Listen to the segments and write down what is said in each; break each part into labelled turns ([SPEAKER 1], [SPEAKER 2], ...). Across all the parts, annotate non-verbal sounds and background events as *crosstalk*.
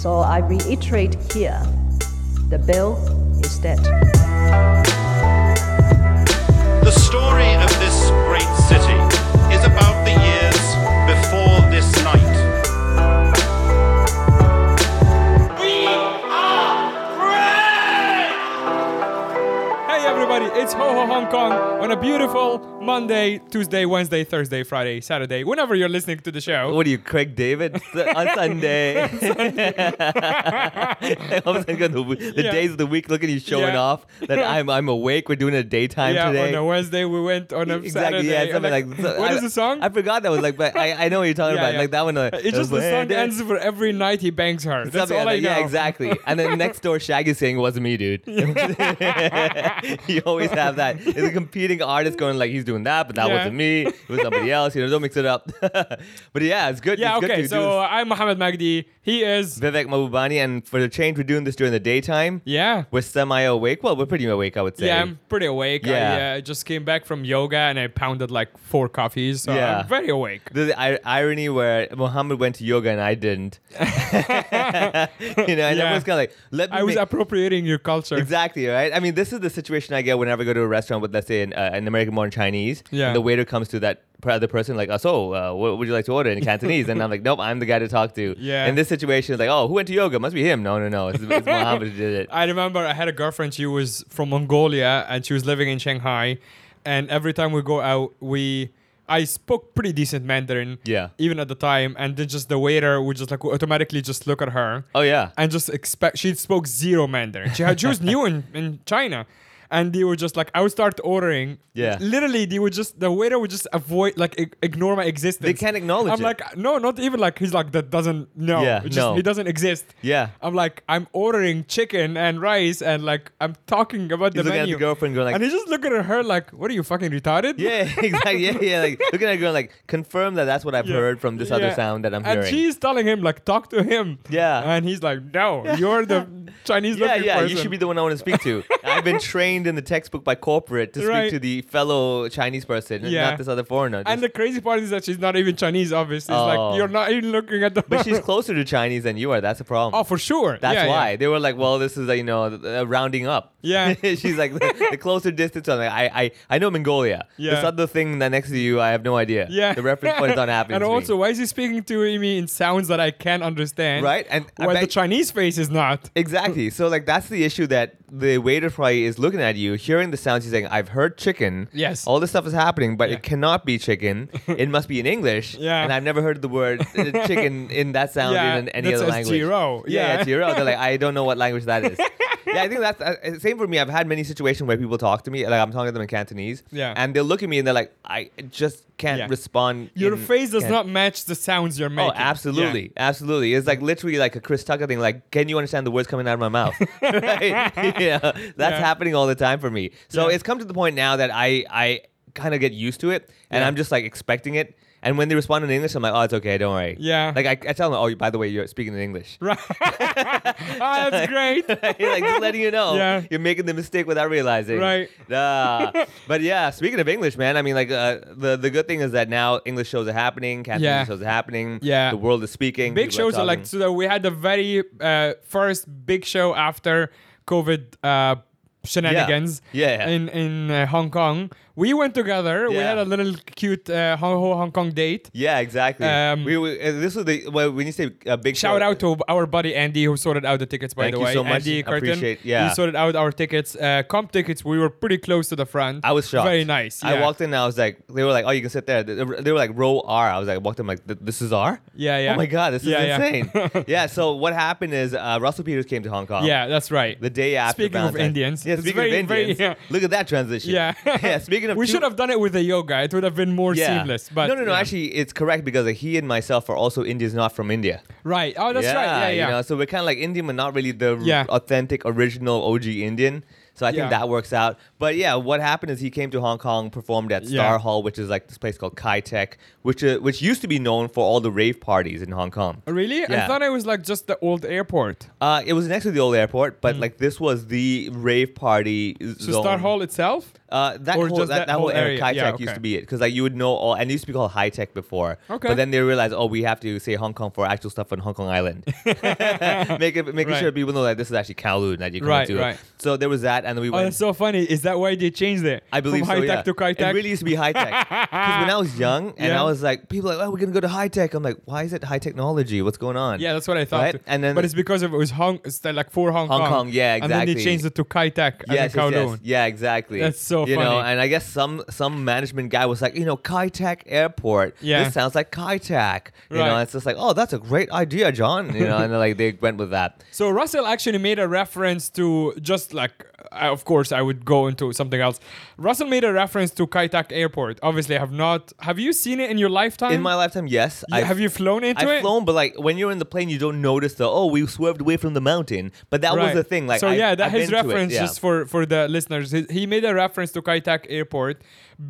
[SPEAKER 1] So I reiterate here the bill is dead.
[SPEAKER 2] The story of this great city is about the years before this night.
[SPEAKER 3] Hey everybody, it's Ho Ho Hong Kong on a beautiful Monday, Tuesday, Wednesday, Thursday, Friday, Saturday, whenever you're listening to the show.
[SPEAKER 4] Oh, *laughs* What are you,
[SPEAKER 3] *laughs*
[SPEAKER 4] Craig David? On Sunday. *laughs* All of a sudden, you got the, w- the
[SPEAKER 3] Yeah.
[SPEAKER 4] days of the week, look at you showing
[SPEAKER 3] Yeah.
[SPEAKER 4] off that I'm I'm awake. We're doing a daytime
[SPEAKER 3] yeah, oh,
[SPEAKER 4] today.
[SPEAKER 3] on a Wednesday we went on a
[SPEAKER 4] Exactly,
[SPEAKER 3] Saturday.
[SPEAKER 4] yeah, something like, so-
[SPEAKER 3] *laughs* what
[SPEAKER 4] I,
[SPEAKER 3] is the song?
[SPEAKER 4] I forgot that was like, but I, I know what you're
[SPEAKER 3] *laughs*
[SPEAKER 4] talking
[SPEAKER 3] Yeah,
[SPEAKER 4] about.
[SPEAKER 3] yeah.
[SPEAKER 4] Like that one. Uh,
[SPEAKER 3] it's just the song
[SPEAKER 4] *laughs* Wednesday.
[SPEAKER 3] ends for every night he bangs her. That's
[SPEAKER 4] Something
[SPEAKER 3] all I
[SPEAKER 4] like
[SPEAKER 3] know.
[SPEAKER 4] that. Yeah, exactly. And then next door, Shaggy's saying, "Wasn't
[SPEAKER 3] *laughs*
[SPEAKER 4] me, dude." *laughs* you always have that. It's a competing artist going like, "He's doing that, but that
[SPEAKER 3] Yeah.
[SPEAKER 4] wasn't me. It was
[SPEAKER 3] *laughs*
[SPEAKER 4] somebody else." You know, don't mix it up. *laughs* but yeah, it's good.
[SPEAKER 3] Yeah,
[SPEAKER 4] it's
[SPEAKER 3] okay.
[SPEAKER 4] Good to do
[SPEAKER 3] So I'm Mohammed Magdi. He is.
[SPEAKER 4] Vivek Mahbubani, and for the change, we're doing this during the daytime.
[SPEAKER 3] Yeah.
[SPEAKER 4] We're semi awake. Well, we're pretty awake, I would say.
[SPEAKER 3] Yeah, I'm pretty awake.
[SPEAKER 4] Yeah.
[SPEAKER 3] I uh, just came back from yoga and I pounded like four coffees. So
[SPEAKER 4] Yeah.
[SPEAKER 3] I'm very awake.
[SPEAKER 4] There's the ir- irony where Mohammed went to yoga and
[SPEAKER 3] *laughs*
[SPEAKER 4] I didn't. you know, and everyone's kind of like, let me.
[SPEAKER 3] I was
[SPEAKER 4] make-
[SPEAKER 3] appropriating your culture.
[SPEAKER 4] Exactly right. I mean, this is the situation I get whenever I go to a restaurant with, let's say, an, uh, an American-born Chinese.
[SPEAKER 3] Yeah.
[SPEAKER 4] And the waiter comes to that per- other person like, oh, so uh, what would you like to order in Cantonese? and I'm like, nope, I'm the guy to talk to.
[SPEAKER 3] Yeah.
[SPEAKER 4] In this situation, it's like, oh, who went to yoga? Must be him. No, no, no.
[SPEAKER 3] *laughs*
[SPEAKER 4] It's, it's Mohammed who did it.
[SPEAKER 3] I remember I had a girlfriend. She was from Mongolia and she was living in Shanghai. And every time we go out, we I spoke pretty decent Mandarin.
[SPEAKER 4] Yeah.
[SPEAKER 3] Even at the time, and then just the waiter would just like automatically just look at her.
[SPEAKER 4] Oh yeah.
[SPEAKER 3] And just expect she spoke zero Mandarin. She had she was new in in China. And they were just like, I would start ordering.
[SPEAKER 4] Yeah.
[SPEAKER 3] Literally, they would just, the waiter would just avoid, like, ig- ignore my existence.
[SPEAKER 4] They can't acknowledge
[SPEAKER 3] I'm
[SPEAKER 4] it.
[SPEAKER 3] like, no, not even like, he's like, that doesn't, no.
[SPEAKER 4] Yeah,
[SPEAKER 3] It just,
[SPEAKER 4] no.
[SPEAKER 3] He doesn't exist.
[SPEAKER 4] Yeah.
[SPEAKER 3] I'm like, I'm ordering chicken and rice, and like, I'm talking about the
[SPEAKER 4] He's looking at
[SPEAKER 3] menu.
[SPEAKER 4] the girlfriend going like-
[SPEAKER 3] and he's just looking at her like, "What are you fucking retarded?"
[SPEAKER 4] Yeah, *laughs* exactly. Yeah, yeah. Like looking at it going like, confirm that that's what I've
[SPEAKER 3] Yeah.
[SPEAKER 4] heard from this other
[SPEAKER 3] Yeah.
[SPEAKER 4] sound that I'm
[SPEAKER 3] and
[SPEAKER 4] hearing.
[SPEAKER 3] she's telling him like, "Talk to him."
[SPEAKER 4] Yeah.
[SPEAKER 3] and he's like,
[SPEAKER 4] *laughs*
[SPEAKER 3] "No, you're the Chinese
[SPEAKER 4] yeah,
[SPEAKER 3] looking
[SPEAKER 4] yeah.
[SPEAKER 3] person."
[SPEAKER 4] You should be the one I want to speak
[SPEAKER 3] *laughs*
[SPEAKER 4] to. I've been trained in the textbook by corporate to speak
[SPEAKER 3] Right.
[SPEAKER 4] to the fellow Chinese person, and
[SPEAKER 3] Yeah.
[SPEAKER 4] not this other foreigner.
[SPEAKER 3] and the
[SPEAKER 4] Just-
[SPEAKER 3] crazy part is that she's not even Chinese. Obviously, it's
[SPEAKER 4] Oh.
[SPEAKER 3] like you're not even looking at the. *laughs*
[SPEAKER 4] but she's closer to Chinese than you are. That's a problem.
[SPEAKER 3] oh, for sure.
[SPEAKER 4] that's
[SPEAKER 3] Yeah, yeah.
[SPEAKER 4] why they were like, "Well, this is uh, you know uh, rounding up."
[SPEAKER 3] Yeah.
[SPEAKER 4] *laughs* she's like the, the closer distance. I'm like, I, I, I know Mongolia. This
[SPEAKER 3] Yeah.
[SPEAKER 4] other thing that next to you, I have no idea.
[SPEAKER 3] Yeah.
[SPEAKER 4] the reference point is not
[SPEAKER 3] *laughs*
[SPEAKER 4] happening.
[SPEAKER 3] And
[SPEAKER 4] to me.
[SPEAKER 3] also, why is he speaking to me in sounds that I can't understand?
[SPEAKER 4] Right, and I
[SPEAKER 3] where the
[SPEAKER 4] bet-
[SPEAKER 3] Chinese face is not.
[SPEAKER 4] *laughs* Exactly. So like that's the issue that the waiter probably is looking at you, hearing the sounds. He's saying, "I've heard chicken."
[SPEAKER 3] Yes.
[SPEAKER 4] All this stuff is happening, but
[SPEAKER 3] Yeah.
[SPEAKER 4] it cannot be
[SPEAKER 3] *laughs*
[SPEAKER 4] chicken. it must be in English.
[SPEAKER 3] Yeah.
[SPEAKER 4] And I've never heard the word
[SPEAKER 3] *laughs*
[SPEAKER 4] uh, chicken in that sound
[SPEAKER 3] Yeah,
[SPEAKER 4] in any
[SPEAKER 3] that
[SPEAKER 4] other
[SPEAKER 3] says
[SPEAKER 4] language.
[SPEAKER 3] zero.
[SPEAKER 4] Yeah,
[SPEAKER 3] Yeah.
[SPEAKER 4] yeah zero. They're like, I don't know what language that
[SPEAKER 3] *laughs*
[SPEAKER 4] is. yeah, I think that's uh, same for me. I've had many situations where people talk to me, like I'm talking to them in Cantonese.
[SPEAKER 3] Yeah.
[SPEAKER 4] And they look at me and they're like, I just can't
[SPEAKER 3] Yeah.
[SPEAKER 4] respond.
[SPEAKER 3] Your
[SPEAKER 4] in
[SPEAKER 3] face does
[SPEAKER 4] Can-
[SPEAKER 3] not match the sounds you're making.
[SPEAKER 4] Oh, *laughs* absolutely, absolutely. It's like literally like a Chris Tucker thing. Like, can you understand the words coming out of
[SPEAKER 3] *laughs*
[SPEAKER 4] my mouth? *laughs* Right? yeah, that's
[SPEAKER 3] Yeah.
[SPEAKER 4] happening all the time for me. So
[SPEAKER 3] Yeah.
[SPEAKER 4] it's come to the point now that I I kind of get used to it, and
[SPEAKER 3] Yeah.
[SPEAKER 4] I'm just like expecting it. And when they respond in English, I'm like, oh, it's okay, don't worry.
[SPEAKER 3] Yeah.
[SPEAKER 4] Like I, I tell them, oh, by the way, you're speaking in English. *laughs*
[SPEAKER 3] Right. Ah, that's great.
[SPEAKER 4] Right? like just letting you know
[SPEAKER 3] Yeah.
[SPEAKER 4] you're making the mistake without realizing.
[SPEAKER 3] Right. *laughs*
[SPEAKER 4] Nah. but yeah, speaking of English, man, I mean, like uh, the the good thing is that now English shows are happening, Cantonese
[SPEAKER 3] Yeah.
[SPEAKER 4] shows are happening.
[SPEAKER 3] Yeah.
[SPEAKER 4] the world is speaking.
[SPEAKER 3] Big
[SPEAKER 4] people
[SPEAKER 3] shows are like
[SPEAKER 4] talking.
[SPEAKER 3] so. that We had the very uh, first big show after COVID uh, shenanigans.
[SPEAKER 4] Yeah, yeah.
[SPEAKER 3] In in uh, Hong Kong, we went together. We
[SPEAKER 4] Yeah.
[SPEAKER 3] had a little cute uh, Hong Ho- Hong Kong date.
[SPEAKER 4] Yeah, exactly.
[SPEAKER 3] Um,
[SPEAKER 4] we, we uh, this was the well, when you say a big
[SPEAKER 3] Shout
[SPEAKER 4] show-
[SPEAKER 3] out to our buddy Andy who sorted out the tickets. By
[SPEAKER 4] Thank
[SPEAKER 3] the
[SPEAKER 4] you
[SPEAKER 3] way,
[SPEAKER 4] so much.
[SPEAKER 3] Andy Curtin.
[SPEAKER 4] Appreciate- yeah.
[SPEAKER 3] he sorted out our tickets. Uh, comp tickets. We were pretty close to the front.
[SPEAKER 4] I was shocked.
[SPEAKER 3] Very nice.
[SPEAKER 4] I
[SPEAKER 3] yeah.
[SPEAKER 4] walked in and I was like, they were like, oh, you can sit there. They they were like, row R. I was like, I walked in, I'm like, "Th- this is R?
[SPEAKER 3] Yeah, yeah.
[SPEAKER 4] Oh my God, this is
[SPEAKER 3] Yeah, yeah.
[SPEAKER 4] insane.
[SPEAKER 3] *laughs*
[SPEAKER 4] Yeah. so what happened is uh, Russell Peters came to Hong Kong.
[SPEAKER 3] Yeah, that's right.
[SPEAKER 4] The day after.
[SPEAKER 3] Speaking of
[SPEAKER 4] Valentine's-
[SPEAKER 3] Indians,
[SPEAKER 4] Yeah,
[SPEAKER 3] it's
[SPEAKER 4] speaking
[SPEAKER 3] very-
[SPEAKER 4] of
[SPEAKER 3] very-
[SPEAKER 4] Indians.
[SPEAKER 3] yeah.
[SPEAKER 4] Look at that transition.
[SPEAKER 3] Yeah.
[SPEAKER 4] *laughs* yeah, speaking of.
[SPEAKER 3] we
[SPEAKER 4] two-
[SPEAKER 3] should have done it with the yoga. It would have been more
[SPEAKER 4] yeah.
[SPEAKER 3] seamless. But
[SPEAKER 4] no, no, no.
[SPEAKER 3] yeah.
[SPEAKER 4] Actually, it's correct because like, he and myself are also Indians, not from India.
[SPEAKER 3] right. Oh, that's right. Yeah, yeah.
[SPEAKER 4] You know, so we're kind of like Indian, but not really the r-
[SPEAKER 3] Yeah.
[SPEAKER 4] authentic, original OG Indian. So I think
[SPEAKER 3] Yeah.
[SPEAKER 4] that works out. But yeah, what happened is he came to Hong Kong, performed at
[SPEAKER 3] Yeah.
[SPEAKER 4] Star Hall, which is like this place called Kai Tech, which uh, which used to be known for all the rave parties in Hong Kong.
[SPEAKER 3] Really? I
[SPEAKER 4] Yeah.
[SPEAKER 3] thought it was like just the old airport.
[SPEAKER 4] Uh, it was next to the old airport, but like this was the rave party
[SPEAKER 3] Mm. So
[SPEAKER 4] zone.
[SPEAKER 3] Star Hall itself?
[SPEAKER 4] Uh, that
[SPEAKER 3] Or
[SPEAKER 4] whole
[SPEAKER 3] just
[SPEAKER 4] that, that,
[SPEAKER 3] that
[SPEAKER 4] whole
[SPEAKER 3] whole
[SPEAKER 4] area,
[SPEAKER 3] area.
[SPEAKER 4] Kai
[SPEAKER 3] Yeah,
[SPEAKER 4] Tech
[SPEAKER 3] okay.
[SPEAKER 4] used to be it because like you would know all and it used to be called high tech before.
[SPEAKER 3] Okay.
[SPEAKER 4] But then they realized oh we have to say Hong Kong for actual stuff on Hong Kong
[SPEAKER 3] *laughs*
[SPEAKER 4] Island, *laughs* making making
[SPEAKER 3] Right.
[SPEAKER 4] sure people know that this is actually Kowloon that you come
[SPEAKER 3] Right,
[SPEAKER 4] to.
[SPEAKER 3] right.
[SPEAKER 4] So there was that, and then we
[SPEAKER 3] Oh,
[SPEAKER 4] went.
[SPEAKER 3] that's so funny. Is that why they changed it?
[SPEAKER 4] I believe
[SPEAKER 3] From high
[SPEAKER 4] so,
[SPEAKER 3] tech
[SPEAKER 4] yeah.
[SPEAKER 3] to high
[SPEAKER 4] It
[SPEAKER 3] tech.
[SPEAKER 4] really used to be high tech. Because when I
[SPEAKER 3] *laughs*
[SPEAKER 4] was young and
[SPEAKER 3] Yeah.
[SPEAKER 4] I was like, people are like, oh, we're gonna go to high tech. I'm like, why is it high technology? What's going on?
[SPEAKER 3] yeah, that's what I thought.
[SPEAKER 4] Right?
[SPEAKER 3] too.
[SPEAKER 4] And then-
[SPEAKER 3] but it's because of it was Hong, it's the- like for Hong,
[SPEAKER 4] Hong
[SPEAKER 3] Kong.
[SPEAKER 4] Kong, yeah,
[SPEAKER 3] And then they
[SPEAKER 4] exactly.
[SPEAKER 3] changed it to Kai Tak
[SPEAKER 4] Yes,
[SPEAKER 3] and
[SPEAKER 4] yes,
[SPEAKER 3] then
[SPEAKER 4] yes.
[SPEAKER 3] Kowloon.
[SPEAKER 4] yeah, exactly.
[SPEAKER 3] That's so
[SPEAKER 4] you know,
[SPEAKER 3] funny.
[SPEAKER 4] and I guess some some management guy was like, you know, Kai Tak Airport.
[SPEAKER 3] Yeah.
[SPEAKER 4] this sounds like Kai Tak. You know,
[SPEAKER 3] Right.
[SPEAKER 4] it's just like, oh, that's a great idea, John. You know, and like they went with that.
[SPEAKER 3] So Russell actually made a reference to just like, I, of course, I would go into something else. Russell made a reference to Kai Tak Airport. Obviously, I have not. Have you seen it in your lifetime?
[SPEAKER 4] In my lifetime, yes,
[SPEAKER 3] You- have you flown into
[SPEAKER 4] I've
[SPEAKER 3] it?
[SPEAKER 4] flown, but like when you're in the plane, you don't notice the oh, we swerved away from the mountain. But that was
[SPEAKER 3] Right.
[SPEAKER 4] the thing. Like,
[SPEAKER 3] so
[SPEAKER 4] I,
[SPEAKER 3] yeah, that
[SPEAKER 4] I've
[SPEAKER 3] his
[SPEAKER 4] been to it,
[SPEAKER 3] reference
[SPEAKER 4] yeah.
[SPEAKER 3] just for for the listeners. He, he made a reference to Kai Tak Airport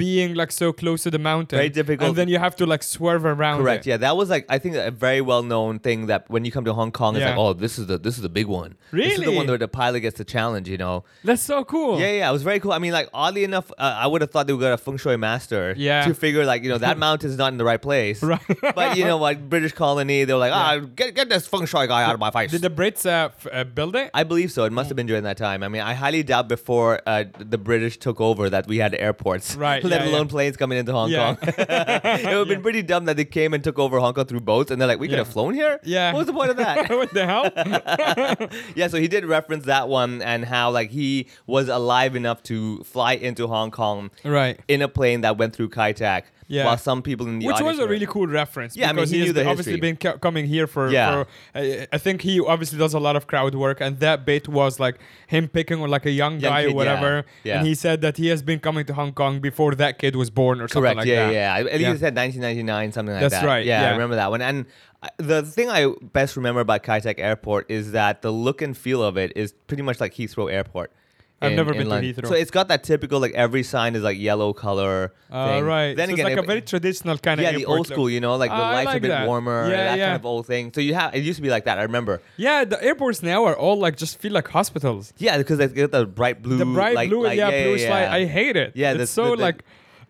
[SPEAKER 3] being like so close to the mountain.
[SPEAKER 4] Very difficult.
[SPEAKER 3] And then you have to like swerve around.
[SPEAKER 4] Correct.
[SPEAKER 3] it.
[SPEAKER 4] Yeah, that was like I think a very well known thing that when you come to Hong Kong, it's
[SPEAKER 3] Yeah.
[SPEAKER 4] like, oh, this is the this is the big one. This is the
[SPEAKER 3] Really?
[SPEAKER 4] one where the pilot gets the challenge. You know.
[SPEAKER 3] That's so cool.
[SPEAKER 4] Yeah, yeah, it was very cool. I mean, like oddly enough, uh, I would have thought they would got a feng shui master
[SPEAKER 3] Yeah.
[SPEAKER 4] to figure like you know that mountain's not in the right place.
[SPEAKER 3] *laughs* Right.
[SPEAKER 4] but you know what, British colony, they were like, ah, get get this feng shui guy out of my face.
[SPEAKER 3] Did the Brits uh, f- uh, build it?
[SPEAKER 4] I believe so. It must have been during that time. I mean, I highly doubt before uh, the British took over that we had airports,
[SPEAKER 3] Right,
[SPEAKER 4] *laughs* Let
[SPEAKER 3] yeah, yeah.
[SPEAKER 4] alone planes coming into Hong
[SPEAKER 3] Yeah.
[SPEAKER 4] Kong. *laughs* it would have been pretty dumb that they came and took over Hong Kong through boats, and they're like, "We could
[SPEAKER 3] Yeah.
[SPEAKER 4] have flown here."
[SPEAKER 3] Yeah.
[SPEAKER 4] What was the point of
[SPEAKER 3] *laughs*
[SPEAKER 4] that?
[SPEAKER 3] what the
[SPEAKER 4] *laughs*
[SPEAKER 3] hell?
[SPEAKER 4] yeah. So he did reference that one and how like he was alive enough to fly into Hong Kong
[SPEAKER 3] right.
[SPEAKER 4] in a plane that went through Kai Tak.
[SPEAKER 3] Yeah.
[SPEAKER 4] While some people in the
[SPEAKER 3] Which was
[SPEAKER 4] audience
[SPEAKER 3] a
[SPEAKER 4] were-
[SPEAKER 3] really cool reference.
[SPEAKER 4] Yeah, I mean,
[SPEAKER 3] because
[SPEAKER 4] he
[SPEAKER 3] he
[SPEAKER 4] knew
[SPEAKER 3] has
[SPEAKER 4] the
[SPEAKER 3] obviously
[SPEAKER 4] history.
[SPEAKER 3] been co- coming here for.
[SPEAKER 4] Yeah.
[SPEAKER 3] for uh, I think he obviously does a lot of crowd work, and that bit was like him picking on like a young,
[SPEAKER 4] Young
[SPEAKER 3] guy
[SPEAKER 4] kid,
[SPEAKER 3] or
[SPEAKER 4] yeah.
[SPEAKER 3] whatever.
[SPEAKER 4] Yeah.
[SPEAKER 3] And he said that he has been coming to Hong Kong before that kid was born or
[SPEAKER 4] Correct.
[SPEAKER 3] something like
[SPEAKER 4] yeah,
[SPEAKER 3] that.
[SPEAKER 4] yeah. I believe
[SPEAKER 3] Yeah.
[SPEAKER 4] it said 1999, something like
[SPEAKER 3] That's
[SPEAKER 4] that.
[SPEAKER 3] right,
[SPEAKER 4] Yeah, I
[SPEAKER 3] yeah.
[SPEAKER 4] remember that one. And I- the thing I best remember about Kai Tak Airport is that the look and feel of it is pretty much like Heathrow Airport.
[SPEAKER 3] I've never been to
[SPEAKER 4] London.
[SPEAKER 3] Heathrow.
[SPEAKER 4] So it's got that typical like every sign is like yellow color.
[SPEAKER 3] Uh,
[SPEAKER 4] thing.
[SPEAKER 3] right.
[SPEAKER 4] Then
[SPEAKER 3] so
[SPEAKER 4] again,
[SPEAKER 3] it's like
[SPEAKER 4] it-
[SPEAKER 3] a very traditional kind
[SPEAKER 4] yeah,
[SPEAKER 3] of
[SPEAKER 4] the old school, you know, like the
[SPEAKER 3] Ah, I
[SPEAKER 4] lights a
[SPEAKER 3] like
[SPEAKER 4] bit
[SPEAKER 3] that.
[SPEAKER 4] warmer,
[SPEAKER 3] Yeah,
[SPEAKER 4] that
[SPEAKER 3] yeah.
[SPEAKER 4] kind of old thing. So you have it used to be like that. I remember.
[SPEAKER 3] Yeah, the airports now are all like just feel like hospitals.
[SPEAKER 4] Yeah, because they get the bright blue,
[SPEAKER 3] The bright
[SPEAKER 4] like-
[SPEAKER 3] blue,
[SPEAKER 4] like,
[SPEAKER 3] yeah,
[SPEAKER 4] yeah,
[SPEAKER 3] blue
[SPEAKER 4] yeah,
[SPEAKER 3] slide.
[SPEAKER 4] yeah.
[SPEAKER 3] I hate it.
[SPEAKER 4] Yeah,
[SPEAKER 3] it's
[SPEAKER 4] that's
[SPEAKER 3] so
[SPEAKER 4] the- the-
[SPEAKER 3] like,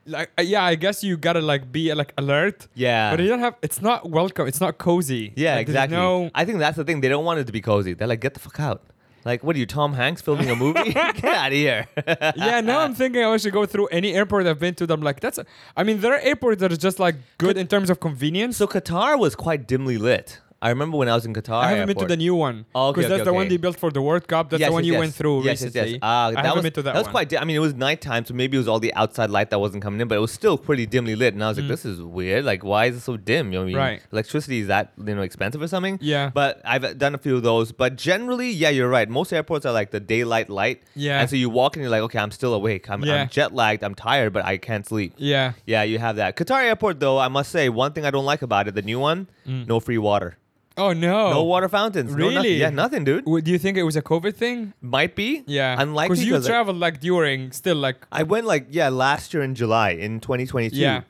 [SPEAKER 3] like uh, yeah. I guess you gotta like be uh, like alert.
[SPEAKER 4] Yeah.
[SPEAKER 3] but you don't have. It's not welcome. It's not cozy.
[SPEAKER 4] Yeah,
[SPEAKER 3] Like, there's
[SPEAKER 4] exactly. *laughs*
[SPEAKER 3] No, *laughs*
[SPEAKER 4] I think that's the thing. They don't want it to be cozy. They're like, get the fuck out. Like, what are you, Tom Hanks filming a movie? *laughs* get out of here.
[SPEAKER 3] yeah. Now I'm thinking I should go through any airport I've been to. That I'm like, that's. A, I mean, there are airports that are just like good in terms of convenience.
[SPEAKER 4] so Qatar was quite dimly lit. I remember when I was in Qatar.
[SPEAKER 3] I haven't been
[SPEAKER 4] airport.
[SPEAKER 3] to the new one because
[SPEAKER 4] Oh, okay, okay,
[SPEAKER 3] that's the one
[SPEAKER 4] okay.
[SPEAKER 3] they built for the World Cup. That's
[SPEAKER 4] Yes,
[SPEAKER 3] the one
[SPEAKER 4] yes,
[SPEAKER 3] you
[SPEAKER 4] yes.
[SPEAKER 3] went through
[SPEAKER 4] yes, yes, yes.
[SPEAKER 3] recently.
[SPEAKER 4] Ah,
[SPEAKER 3] I
[SPEAKER 4] that
[SPEAKER 3] haven't
[SPEAKER 4] was,
[SPEAKER 3] been to that,
[SPEAKER 4] was
[SPEAKER 3] one.
[SPEAKER 4] quite. Di- I mean, it was nighttime, so maybe it was all the outside light that wasn't coming in, but it was still pretty dimly lit. And I was like, this is weird. Like, why is it so dim? You know, what I mean,
[SPEAKER 3] Mm. Right.
[SPEAKER 4] electricity is that you know expensive or something?
[SPEAKER 3] Yeah.
[SPEAKER 4] But I've done a few of those. But generally, yeah, you're right. Most airports are like the daylight light.
[SPEAKER 3] Yeah.
[SPEAKER 4] And so you walk and you're like, okay, I'm still awake. I'm,
[SPEAKER 3] Yeah.
[SPEAKER 4] I'm jet lagged. I'm tired, but I can't sleep.
[SPEAKER 3] Yeah.
[SPEAKER 4] Yeah, you have that. Qatar Airport, though, I must say, one thing I don't like about it, the new one, no free water.
[SPEAKER 3] Mm. Oh no.
[SPEAKER 4] No water fountains. No nothing.
[SPEAKER 3] Really?
[SPEAKER 4] Yeah, nothing, dude.
[SPEAKER 3] W- Do you think it was a COVID thing?
[SPEAKER 4] Might be.
[SPEAKER 3] Yeah,
[SPEAKER 4] Unlikely.
[SPEAKER 3] because you
[SPEAKER 4] like-
[SPEAKER 3] traveled like during still like
[SPEAKER 4] I went like yeah last year in July in 2022.
[SPEAKER 3] Yeah.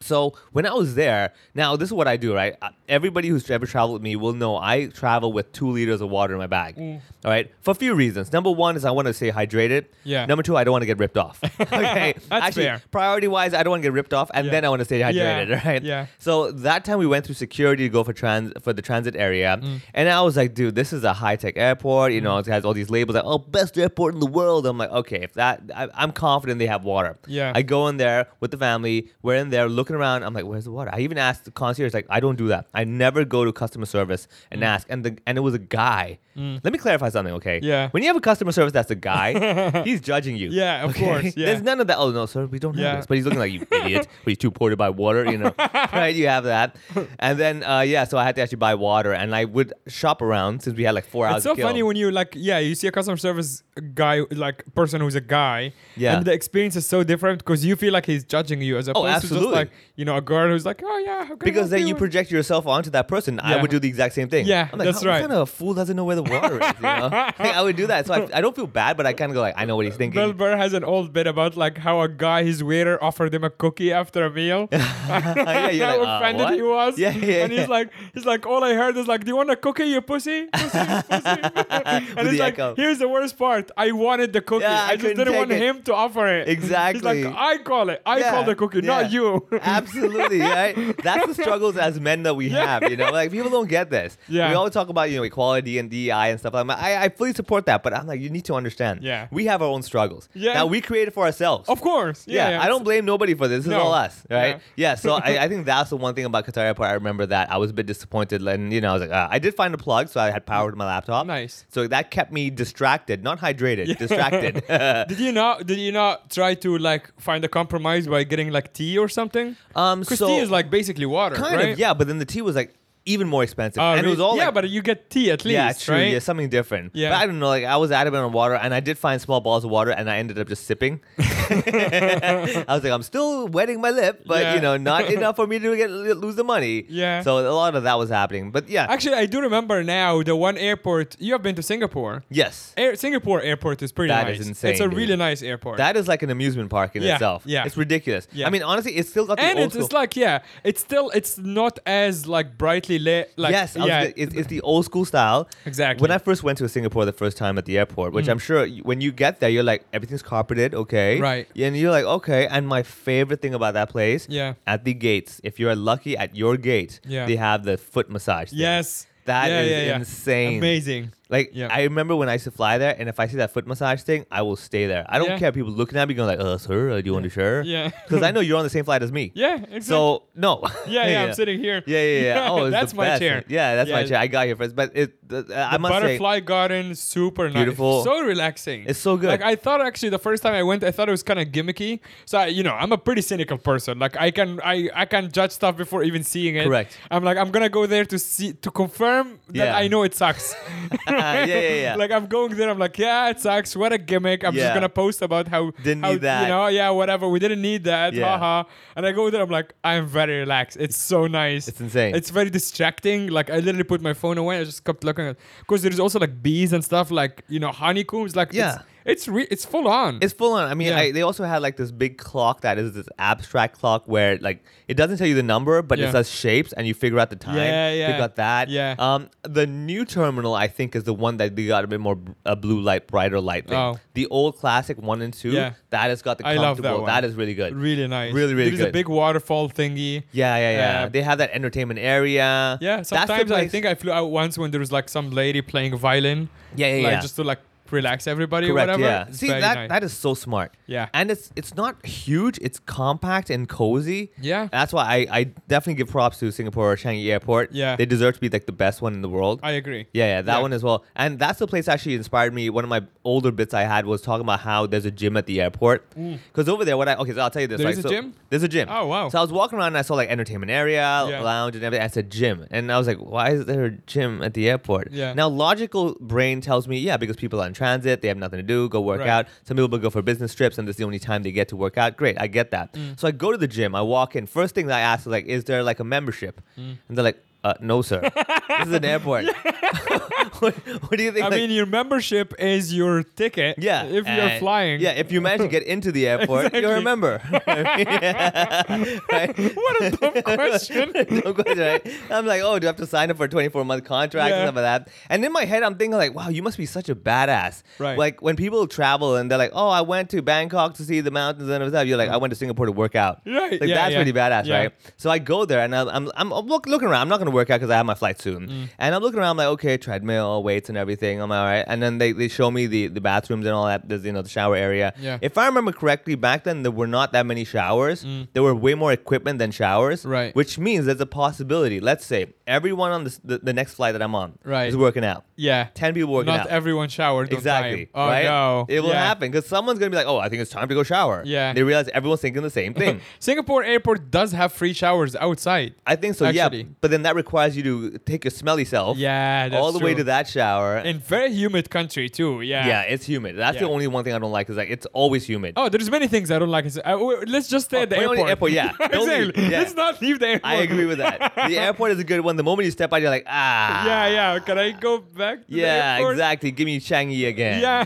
[SPEAKER 4] So when I was there, now this is what I do, right? Uh, Everybody who's ever traveled with me will know I travel with two liters of water in my bag.
[SPEAKER 3] Mm.
[SPEAKER 4] All right, for a few reasons. Number one is I want to stay hydrated.
[SPEAKER 3] Yeah.
[SPEAKER 4] Number two, I don't want to get
[SPEAKER 3] *laughs*
[SPEAKER 4] ripped off. Okay. Actually,
[SPEAKER 3] fair.
[SPEAKER 4] priority wise, I don't want to get ripped off, and
[SPEAKER 3] Yeah.
[SPEAKER 4] then I want to stay hydrated. *laughs*
[SPEAKER 3] Yeah.
[SPEAKER 4] Right.
[SPEAKER 3] Yeah.
[SPEAKER 4] So that time we went through security to go for trans for the transit area,
[SPEAKER 3] Mm.
[SPEAKER 4] and I was like, dude, this is a high tech airport. You know, it has all these labels like, oh, best airport in the world. I'm like, okay, if that, I, I'm confident they have water.
[SPEAKER 3] Yeah.
[SPEAKER 4] I go in there with the family. We're in there looking around. I'm like, where's the water? I even asked the concierge, like, I don't do that. I never go to customer service and
[SPEAKER 3] Mm.
[SPEAKER 4] ask. And the and it was a guy. Let me clarify something, okay?
[SPEAKER 3] Yeah.
[SPEAKER 4] When you have a customer service that's
[SPEAKER 3] *laughs*
[SPEAKER 4] a guy, he's judging you.
[SPEAKER 3] Yeah, of course, yeah.
[SPEAKER 4] There's none of that. Oh no, sir, we don't
[SPEAKER 3] Yeah.
[SPEAKER 4] have this. But he's looking
[SPEAKER 3] *laughs*
[SPEAKER 4] like you idiot. But he's too poor to buy water, you know. right? You have that. And then uh, yeah, so I had to actually buy water, and I would shop around since we had like four hours.
[SPEAKER 3] it's so
[SPEAKER 4] to kill.
[SPEAKER 3] funny when you like yeah you see a customer service guy like person who's a guy
[SPEAKER 4] Yeah. Oh,
[SPEAKER 3] and the experience is so different because you feel like he's judging you as opposed to just
[SPEAKER 4] absolutely.
[SPEAKER 3] like you know, a girl who's like, oh yeah, how can I
[SPEAKER 4] Because
[SPEAKER 3] help
[SPEAKER 4] then
[SPEAKER 3] you?"
[SPEAKER 4] you project yourself onto that person. I
[SPEAKER 3] Yeah.
[SPEAKER 4] would do the exact same thing.
[SPEAKER 3] Yeah,
[SPEAKER 4] I'm like,
[SPEAKER 3] that's
[SPEAKER 4] "How-
[SPEAKER 3] right.
[SPEAKER 4] What kind of fool doesn't know where the water is?
[SPEAKER 3] *laughs*
[SPEAKER 4] You know? Like, I would do that. So I, I don't feel bad, but I kind of go like, I know what he's thinking.
[SPEAKER 3] Bill Burr has an old bit about like how a guy, his waiter, offered him a cookie after a meal.
[SPEAKER 4] yeah, *laughs* you're
[SPEAKER 3] how
[SPEAKER 4] *laughs* like, "Uh,
[SPEAKER 3] offended
[SPEAKER 4] what?"
[SPEAKER 3] he was.
[SPEAKER 4] Yeah, yeah,
[SPEAKER 3] And
[SPEAKER 4] yeah.
[SPEAKER 3] he's like, he's like, all I heard is like, do you want a cookie, you
[SPEAKER 4] *laughs*
[SPEAKER 3] pussy? pussy, pussy. and
[SPEAKER 4] With
[SPEAKER 3] it's
[SPEAKER 4] the
[SPEAKER 3] like,
[SPEAKER 4] echo.
[SPEAKER 3] here's the worst part. I wanted the cookie.
[SPEAKER 4] Yeah, I
[SPEAKER 3] I, just
[SPEAKER 4] couldn't
[SPEAKER 3] didn't
[SPEAKER 4] take
[SPEAKER 3] want
[SPEAKER 4] it.
[SPEAKER 3] him to offer it.
[SPEAKER 4] Exactly.
[SPEAKER 3] He's like, I call it. I
[SPEAKER 4] Yeah,
[SPEAKER 3] call the cookie, not
[SPEAKER 4] yeah.
[SPEAKER 3] you.
[SPEAKER 4] *laughs* Absolutely, right? That's the struggles as men
[SPEAKER 3] *laughs*
[SPEAKER 4] that we have, you know? Like, people don't get this.
[SPEAKER 3] Yeah.
[SPEAKER 4] We always talk about, you know, equality and DEI and stuff like that. I, I fully support that, but I'm like, you need to understand.
[SPEAKER 3] Yeah.
[SPEAKER 4] We have our own struggles.
[SPEAKER 3] Yeah.
[SPEAKER 4] Now, we create it for ourselves.
[SPEAKER 3] of course. Yeah.
[SPEAKER 4] Yeah, I don't blame nobody for this. This
[SPEAKER 3] No.
[SPEAKER 4] is all us, right?
[SPEAKER 3] Yeah.
[SPEAKER 4] Yeah. so I,
[SPEAKER 3] *laughs*
[SPEAKER 4] I think that's the one thing about Qatar Airport. I remember that I was a bit disappointed, and you know, I was like, uh, I did find a plug, so I had power to my laptop.
[SPEAKER 3] Nice.
[SPEAKER 4] So that kept me distracted, not hydrated,
[SPEAKER 3] *laughs*
[SPEAKER 4] distracted. *laughs*
[SPEAKER 3] Did you not? Did you not try to like find a compromise by getting like tea or something?
[SPEAKER 4] Um,
[SPEAKER 3] Because
[SPEAKER 4] so-
[SPEAKER 3] tea is like basically water,
[SPEAKER 4] kind
[SPEAKER 3] right?
[SPEAKER 4] of, yeah. But then the tea was like even more expensive,
[SPEAKER 3] Uh,
[SPEAKER 4] and it was all
[SPEAKER 3] yeah,
[SPEAKER 4] like,
[SPEAKER 3] but you get tea at least,
[SPEAKER 4] yeah, true,
[SPEAKER 3] right?
[SPEAKER 4] yeah, something different.
[SPEAKER 3] Yeah.
[SPEAKER 4] but I don't know. Like I was adamant on water, and I did find small balls of water, and I ended up
[SPEAKER 3] *laughs*
[SPEAKER 4] just sipping. *laughs* I was like, I'm still wetting my lip, but
[SPEAKER 3] Yeah.
[SPEAKER 4] you know,
[SPEAKER 3] *laughs*
[SPEAKER 4] not enough for me to get lose the money.
[SPEAKER 3] Yeah.
[SPEAKER 4] So a lot of that was happening, but yeah.
[SPEAKER 3] Actually, I do remember now the one airport you have been to Singapore.
[SPEAKER 4] Yes.
[SPEAKER 3] Air, Singapore airport is pretty
[SPEAKER 4] That
[SPEAKER 3] nice.
[SPEAKER 4] is insane,
[SPEAKER 3] It's a
[SPEAKER 4] dude.
[SPEAKER 3] really nice airport.
[SPEAKER 4] That is like an amusement park in
[SPEAKER 3] Yeah,
[SPEAKER 4] itself.
[SPEAKER 3] yeah.
[SPEAKER 4] It's ridiculous.
[SPEAKER 3] Yeah.
[SPEAKER 4] I mean, honestly, it's still got the
[SPEAKER 3] and
[SPEAKER 4] old
[SPEAKER 3] it's,
[SPEAKER 4] school.
[SPEAKER 3] it's like yeah, it's still it's not as like brightly lit. Like
[SPEAKER 4] yes, I was
[SPEAKER 3] yeah,
[SPEAKER 4] gonna- it's, it's the old school style.
[SPEAKER 3] Exactly. Mm.
[SPEAKER 4] When I first went to Singapore the first time at the airport, which I'm sure you- when you get there, you're like, everything's carpeted, okay.
[SPEAKER 3] Right.
[SPEAKER 4] And you're like, okay. And my favorite thing about that place,
[SPEAKER 3] Yeah.
[SPEAKER 4] at the gates, if you're lucky at your gate,
[SPEAKER 3] Yeah.
[SPEAKER 4] they have the foot massage. thing.
[SPEAKER 3] yes,
[SPEAKER 4] That
[SPEAKER 3] yeah,
[SPEAKER 4] is
[SPEAKER 3] yeah, yeah.
[SPEAKER 4] insane.
[SPEAKER 3] amazing.
[SPEAKER 4] Like
[SPEAKER 3] Yeah.
[SPEAKER 4] I remember when I used to fly there, and if I see that foot massage thing, I will stay there. I don't
[SPEAKER 3] Yeah.
[SPEAKER 4] care people looking at me going like, "Uh, sir, uh, do you want a shirt?"
[SPEAKER 3] Yeah.
[SPEAKER 4] because
[SPEAKER 3] *laughs*
[SPEAKER 4] I know you're on the same flight as me.
[SPEAKER 3] Yeah, exactly.
[SPEAKER 4] So no.
[SPEAKER 3] *laughs* yeah, yeah,
[SPEAKER 4] *laughs*
[SPEAKER 3] I'm sitting here.
[SPEAKER 4] Yeah, yeah,
[SPEAKER 3] *laughs*
[SPEAKER 4] yeah. Oh, it's
[SPEAKER 3] that's
[SPEAKER 4] the
[SPEAKER 3] my
[SPEAKER 4] best.
[SPEAKER 3] chair.
[SPEAKER 4] Yeah, that's my
[SPEAKER 3] Yeah.
[SPEAKER 4] chair. I got here first, but it. Uh, I
[SPEAKER 3] The
[SPEAKER 4] must say,
[SPEAKER 3] butterfly garden, super
[SPEAKER 4] Beautiful.
[SPEAKER 3] nice, so relaxing.
[SPEAKER 4] It's so good.
[SPEAKER 3] Like I thought, actually, the first time I went, I thought it was kind of gimmicky. So I, you know, I'm a pretty cynical person. Like I can, I, I can judge stuff before even seeing it.
[SPEAKER 4] Correct.
[SPEAKER 3] I'm like, I'm gonna go there to see to confirm that
[SPEAKER 4] Yeah.
[SPEAKER 3] I know it sucks.
[SPEAKER 4] *laughs*
[SPEAKER 3] *laughs*
[SPEAKER 4] Yeah, yeah, yeah.
[SPEAKER 3] Like I'm going there, I'm like, yeah, it sucks. What a gimmick. I'm just
[SPEAKER 4] Yeah.
[SPEAKER 3] gonna post about how
[SPEAKER 4] Didn't
[SPEAKER 3] how,
[SPEAKER 4] need that.
[SPEAKER 3] You know, yeah, whatever. We didn't need that.
[SPEAKER 4] Yeah.
[SPEAKER 3] Haha. And I go there, I'm like, I'm very relaxed. It's so nice.
[SPEAKER 4] It's insane.
[SPEAKER 3] It's very distracting. Like I literally put my phone away. I just kept looking at because there's also like bees and stuff like you know honeycombs. Like
[SPEAKER 4] Yeah.
[SPEAKER 3] it's it's, re- it's full on.
[SPEAKER 4] it's full on. I mean,
[SPEAKER 3] Yeah.
[SPEAKER 4] I, they also had like this big clock that is this abstract clock where like it doesn't tell you the number, but
[SPEAKER 3] Yeah.
[SPEAKER 4] it says shapes, and you figure out the time.
[SPEAKER 3] Yeah, yeah.
[SPEAKER 4] Figure out that.
[SPEAKER 3] Yeah.
[SPEAKER 4] Um, the new terminal I think is the one that they got a bit more b- a blue light, brighter light thing.
[SPEAKER 3] Oh.
[SPEAKER 4] The old classic one and two.
[SPEAKER 3] Yeah.
[SPEAKER 4] That has got the
[SPEAKER 3] I
[SPEAKER 4] comfortable.
[SPEAKER 3] love that one.
[SPEAKER 4] that is really good.
[SPEAKER 3] really nice.
[SPEAKER 4] Really, really
[SPEAKER 3] There's a
[SPEAKER 4] good.
[SPEAKER 3] big waterfall thingy.
[SPEAKER 4] Yeah, yeah, yeah.
[SPEAKER 3] Uh,
[SPEAKER 4] they have that entertainment area.
[SPEAKER 3] Yeah,
[SPEAKER 4] That's the
[SPEAKER 3] sometimes I
[SPEAKER 4] place-
[SPEAKER 3] think I flew out once when there was like some lady playing violin.
[SPEAKER 4] Yeah, yeah,
[SPEAKER 3] like,
[SPEAKER 4] yeah.
[SPEAKER 3] Just to like relax everybody
[SPEAKER 4] Correct.
[SPEAKER 3] or whatever.
[SPEAKER 4] Yeah.
[SPEAKER 3] It's
[SPEAKER 4] See
[SPEAKER 3] very
[SPEAKER 4] that
[SPEAKER 3] nice.
[SPEAKER 4] that is so smart.
[SPEAKER 3] Yeah.
[SPEAKER 4] And it's it's not huge. It's compact and cozy.
[SPEAKER 3] Yeah.
[SPEAKER 4] That's why I, I definitely give props to Singapore or Changi Airport.
[SPEAKER 3] Yeah.
[SPEAKER 4] They deserve to be like the best one in the world.
[SPEAKER 3] I agree.
[SPEAKER 4] yeah, yeah, that
[SPEAKER 3] Yeah.
[SPEAKER 4] one as well. And that's the place actually inspired me. One of my older bits I had was talking about how there's a gym at the airport. Because over there, what I okay, so I'll tell you this.
[SPEAKER 3] Mm. There
[SPEAKER 4] right,
[SPEAKER 3] is a
[SPEAKER 4] so
[SPEAKER 3] gym?
[SPEAKER 4] There's a gym.
[SPEAKER 3] Oh, wow.
[SPEAKER 4] So I was walking around and I saw like entertainment area,
[SPEAKER 3] Yeah.
[SPEAKER 4] lounge, and everything. I said gym, and I was like, why is there a gym at the airport?
[SPEAKER 3] Yeah.
[SPEAKER 4] Now logical brain tells me, yeah, because people are in transit, they have nothing to do, go work
[SPEAKER 3] Right.
[SPEAKER 4] out. Some people go for business trips, and this is the only time they get to work out. Great, I get that.
[SPEAKER 3] Mm.
[SPEAKER 4] So I go to the gym. I walk in. First thing that I ask is like, is there like a membership?
[SPEAKER 3] Mm.
[SPEAKER 4] And they're like, uh, no, sir.
[SPEAKER 3] *laughs*
[SPEAKER 4] this is an airport. *laughs* what, what do you think?
[SPEAKER 3] I
[SPEAKER 4] like-
[SPEAKER 3] mean, your membership is your ticket.
[SPEAKER 4] yeah.
[SPEAKER 3] If you're
[SPEAKER 4] and-
[SPEAKER 3] flying.
[SPEAKER 4] Yeah, if you manage to get into the airport, you're a
[SPEAKER 3] *laughs* Exactly.
[SPEAKER 4] member. *laughs* right?
[SPEAKER 3] What a dumb *laughs*
[SPEAKER 4] *laughs*
[SPEAKER 3] question.
[SPEAKER 4] No question, right? I'm like, oh, do I have to sign up for a 24 month contract
[SPEAKER 3] Yeah.
[SPEAKER 4] and stuff like that? And in my head, I'm thinking like, wow, you must be such a badass.
[SPEAKER 3] Right.
[SPEAKER 4] Like when people travel and they're like, oh, I went to Bangkok to see the mountains and stuff. You're like, I went to Singapore to work out.
[SPEAKER 3] Right,
[SPEAKER 4] Like
[SPEAKER 3] yeah,
[SPEAKER 4] that's
[SPEAKER 3] yeah,
[SPEAKER 4] pretty badass,
[SPEAKER 3] yeah.
[SPEAKER 4] right? So I go there and I'm I'm, I'm look, looking around. I'm not gonna work out because I have my flight soon.
[SPEAKER 3] Mm.
[SPEAKER 4] And I'm looking around. I'm like, okay, treadmill, weights, and everything. I'm all right. And then they, they show me the the bathrooms and all that. There's you know the shower area.
[SPEAKER 3] Yeah.
[SPEAKER 4] If I remember correctly, back then there were not that many showers.
[SPEAKER 3] Mm.
[SPEAKER 4] There were way more equipment than showers.
[SPEAKER 3] Right.
[SPEAKER 4] Which means there's a possibility. Let's say everyone on this, the the next flight that I'm on
[SPEAKER 3] Right.
[SPEAKER 4] is working out.
[SPEAKER 3] Yeah.
[SPEAKER 4] Ten people working
[SPEAKER 3] Not
[SPEAKER 4] out.
[SPEAKER 3] everyone showered. on
[SPEAKER 4] Exactly.
[SPEAKER 3] time. Oh
[SPEAKER 4] right?
[SPEAKER 3] no.
[SPEAKER 4] It will
[SPEAKER 3] Yeah.
[SPEAKER 4] happen because someone's gonna be like, "Oh, I think it's time to go shower."
[SPEAKER 3] Yeah.
[SPEAKER 4] They realize
[SPEAKER 3] *laughs*
[SPEAKER 4] everyone's thinking the same thing.
[SPEAKER 3] Singapore airport does have free showers outside.
[SPEAKER 4] I think so.
[SPEAKER 3] Actually.
[SPEAKER 4] Yeah, but then that requires you to take your smelly self
[SPEAKER 3] Yeah, that's
[SPEAKER 4] all the way
[SPEAKER 3] true.
[SPEAKER 4] to that shower.
[SPEAKER 3] in very humid country too. Yeah.
[SPEAKER 4] yeah, it's humid. That's the
[SPEAKER 3] Yeah.
[SPEAKER 4] only one thing I don't like is like it's always humid.
[SPEAKER 3] Oh, there's many things I don't like. It's- I- w- let's just stay
[SPEAKER 4] Oh,
[SPEAKER 3] at the
[SPEAKER 4] we're
[SPEAKER 3] airport.
[SPEAKER 4] only airport,
[SPEAKER 3] *laughs*
[SPEAKER 4] yeah. Don't leave,
[SPEAKER 3] Exactly.
[SPEAKER 4] yeah.
[SPEAKER 3] Let's not leave the airport.
[SPEAKER 4] I agree with
[SPEAKER 3] *laughs*
[SPEAKER 4] that. the airport is a good one. The moment you step out, you're like, ah.
[SPEAKER 3] Yeah, yeah. Can I go back? To the
[SPEAKER 4] Yeah,
[SPEAKER 3] airport?
[SPEAKER 4] exactly. Give me Changi again. *laughs*
[SPEAKER 3] Yeah.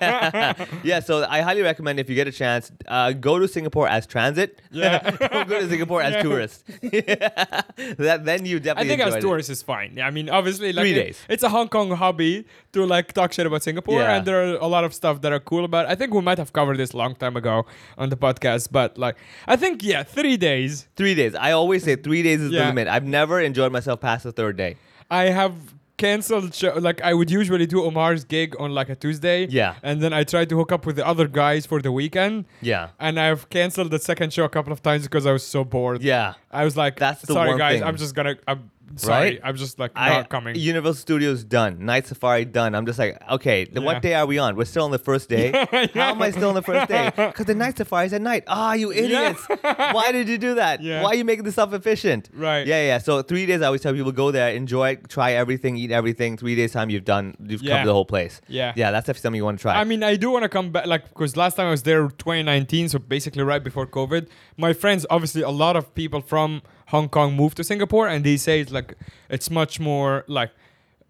[SPEAKER 3] *laughs*
[SPEAKER 4] yeah, so I highly recommend if you get a chance, uh, go to Singapore as transit.
[SPEAKER 3] Yeah.
[SPEAKER 4] *laughs* Don't go to Singapore as
[SPEAKER 3] Yeah.
[SPEAKER 4] tourist. *laughs* that then you
[SPEAKER 3] I
[SPEAKER 4] definitely
[SPEAKER 3] think
[SPEAKER 4] enjoyed
[SPEAKER 3] as
[SPEAKER 4] it.
[SPEAKER 3] tourists is fine. Yeah, I mean, obviously, like
[SPEAKER 4] Three
[SPEAKER 3] it-
[SPEAKER 4] days.
[SPEAKER 3] it's a Hong Kong hobby to like talk shit about Singapore,
[SPEAKER 4] Yeah.
[SPEAKER 3] and there are a lot of stuff that are cool about. it. I think we might have covered this long time ago on the podcast, but like, I think yeah, three days.
[SPEAKER 4] Three days. I always say three days is the
[SPEAKER 3] Yeah.
[SPEAKER 4] limit. I've never enjoyed myself past the third day.
[SPEAKER 3] I have canceled show like I would usually do Omar's gig on like a Tuesday.
[SPEAKER 4] Yeah.
[SPEAKER 3] And then I tried to hook up with the other guys for the weekend.
[SPEAKER 4] Yeah.
[SPEAKER 3] And I've canceled the second show a couple of times because I was so bored.
[SPEAKER 4] Yeah.
[SPEAKER 3] I was like,
[SPEAKER 4] That's the
[SPEAKER 3] sorry
[SPEAKER 4] one
[SPEAKER 3] guys,
[SPEAKER 4] thing.
[SPEAKER 3] I'm just gonna I'm sorry. I'm just like not
[SPEAKER 4] I,
[SPEAKER 3] coming.
[SPEAKER 4] Universal Studios done. Night Safari done. I'm just like, okay, then
[SPEAKER 3] Yeah.
[SPEAKER 4] what day are we on? We're still on the
[SPEAKER 3] *laughs*
[SPEAKER 4] first day. How am I still on the first day? Because the Night Safari is at night. Ah, you idiots. Why did you do that?
[SPEAKER 3] Yeah.
[SPEAKER 4] Why are you making this stuff efficient?
[SPEAKER 3] Right.
[SPEAKER 4] Yeah, yeah. So three days, I always tell people, go there, enjoy it, try everything, eat everything. Three days time, you've done, you've
[SPEAKER 3] Yeah.
[SPEAKER 4] covered the whole place.
[SPEAKER 3] Yeah.
[SPEAKER 4] Yeah, that's definitely something you want to try.
[SPEAKER 3] I mean, I do want to come back, like, because last time I was there, 2019, so basically right before COVID. My friends, obviously, a lot of people from Hong Kong moved to Singapore, and they say it's like it's much more like.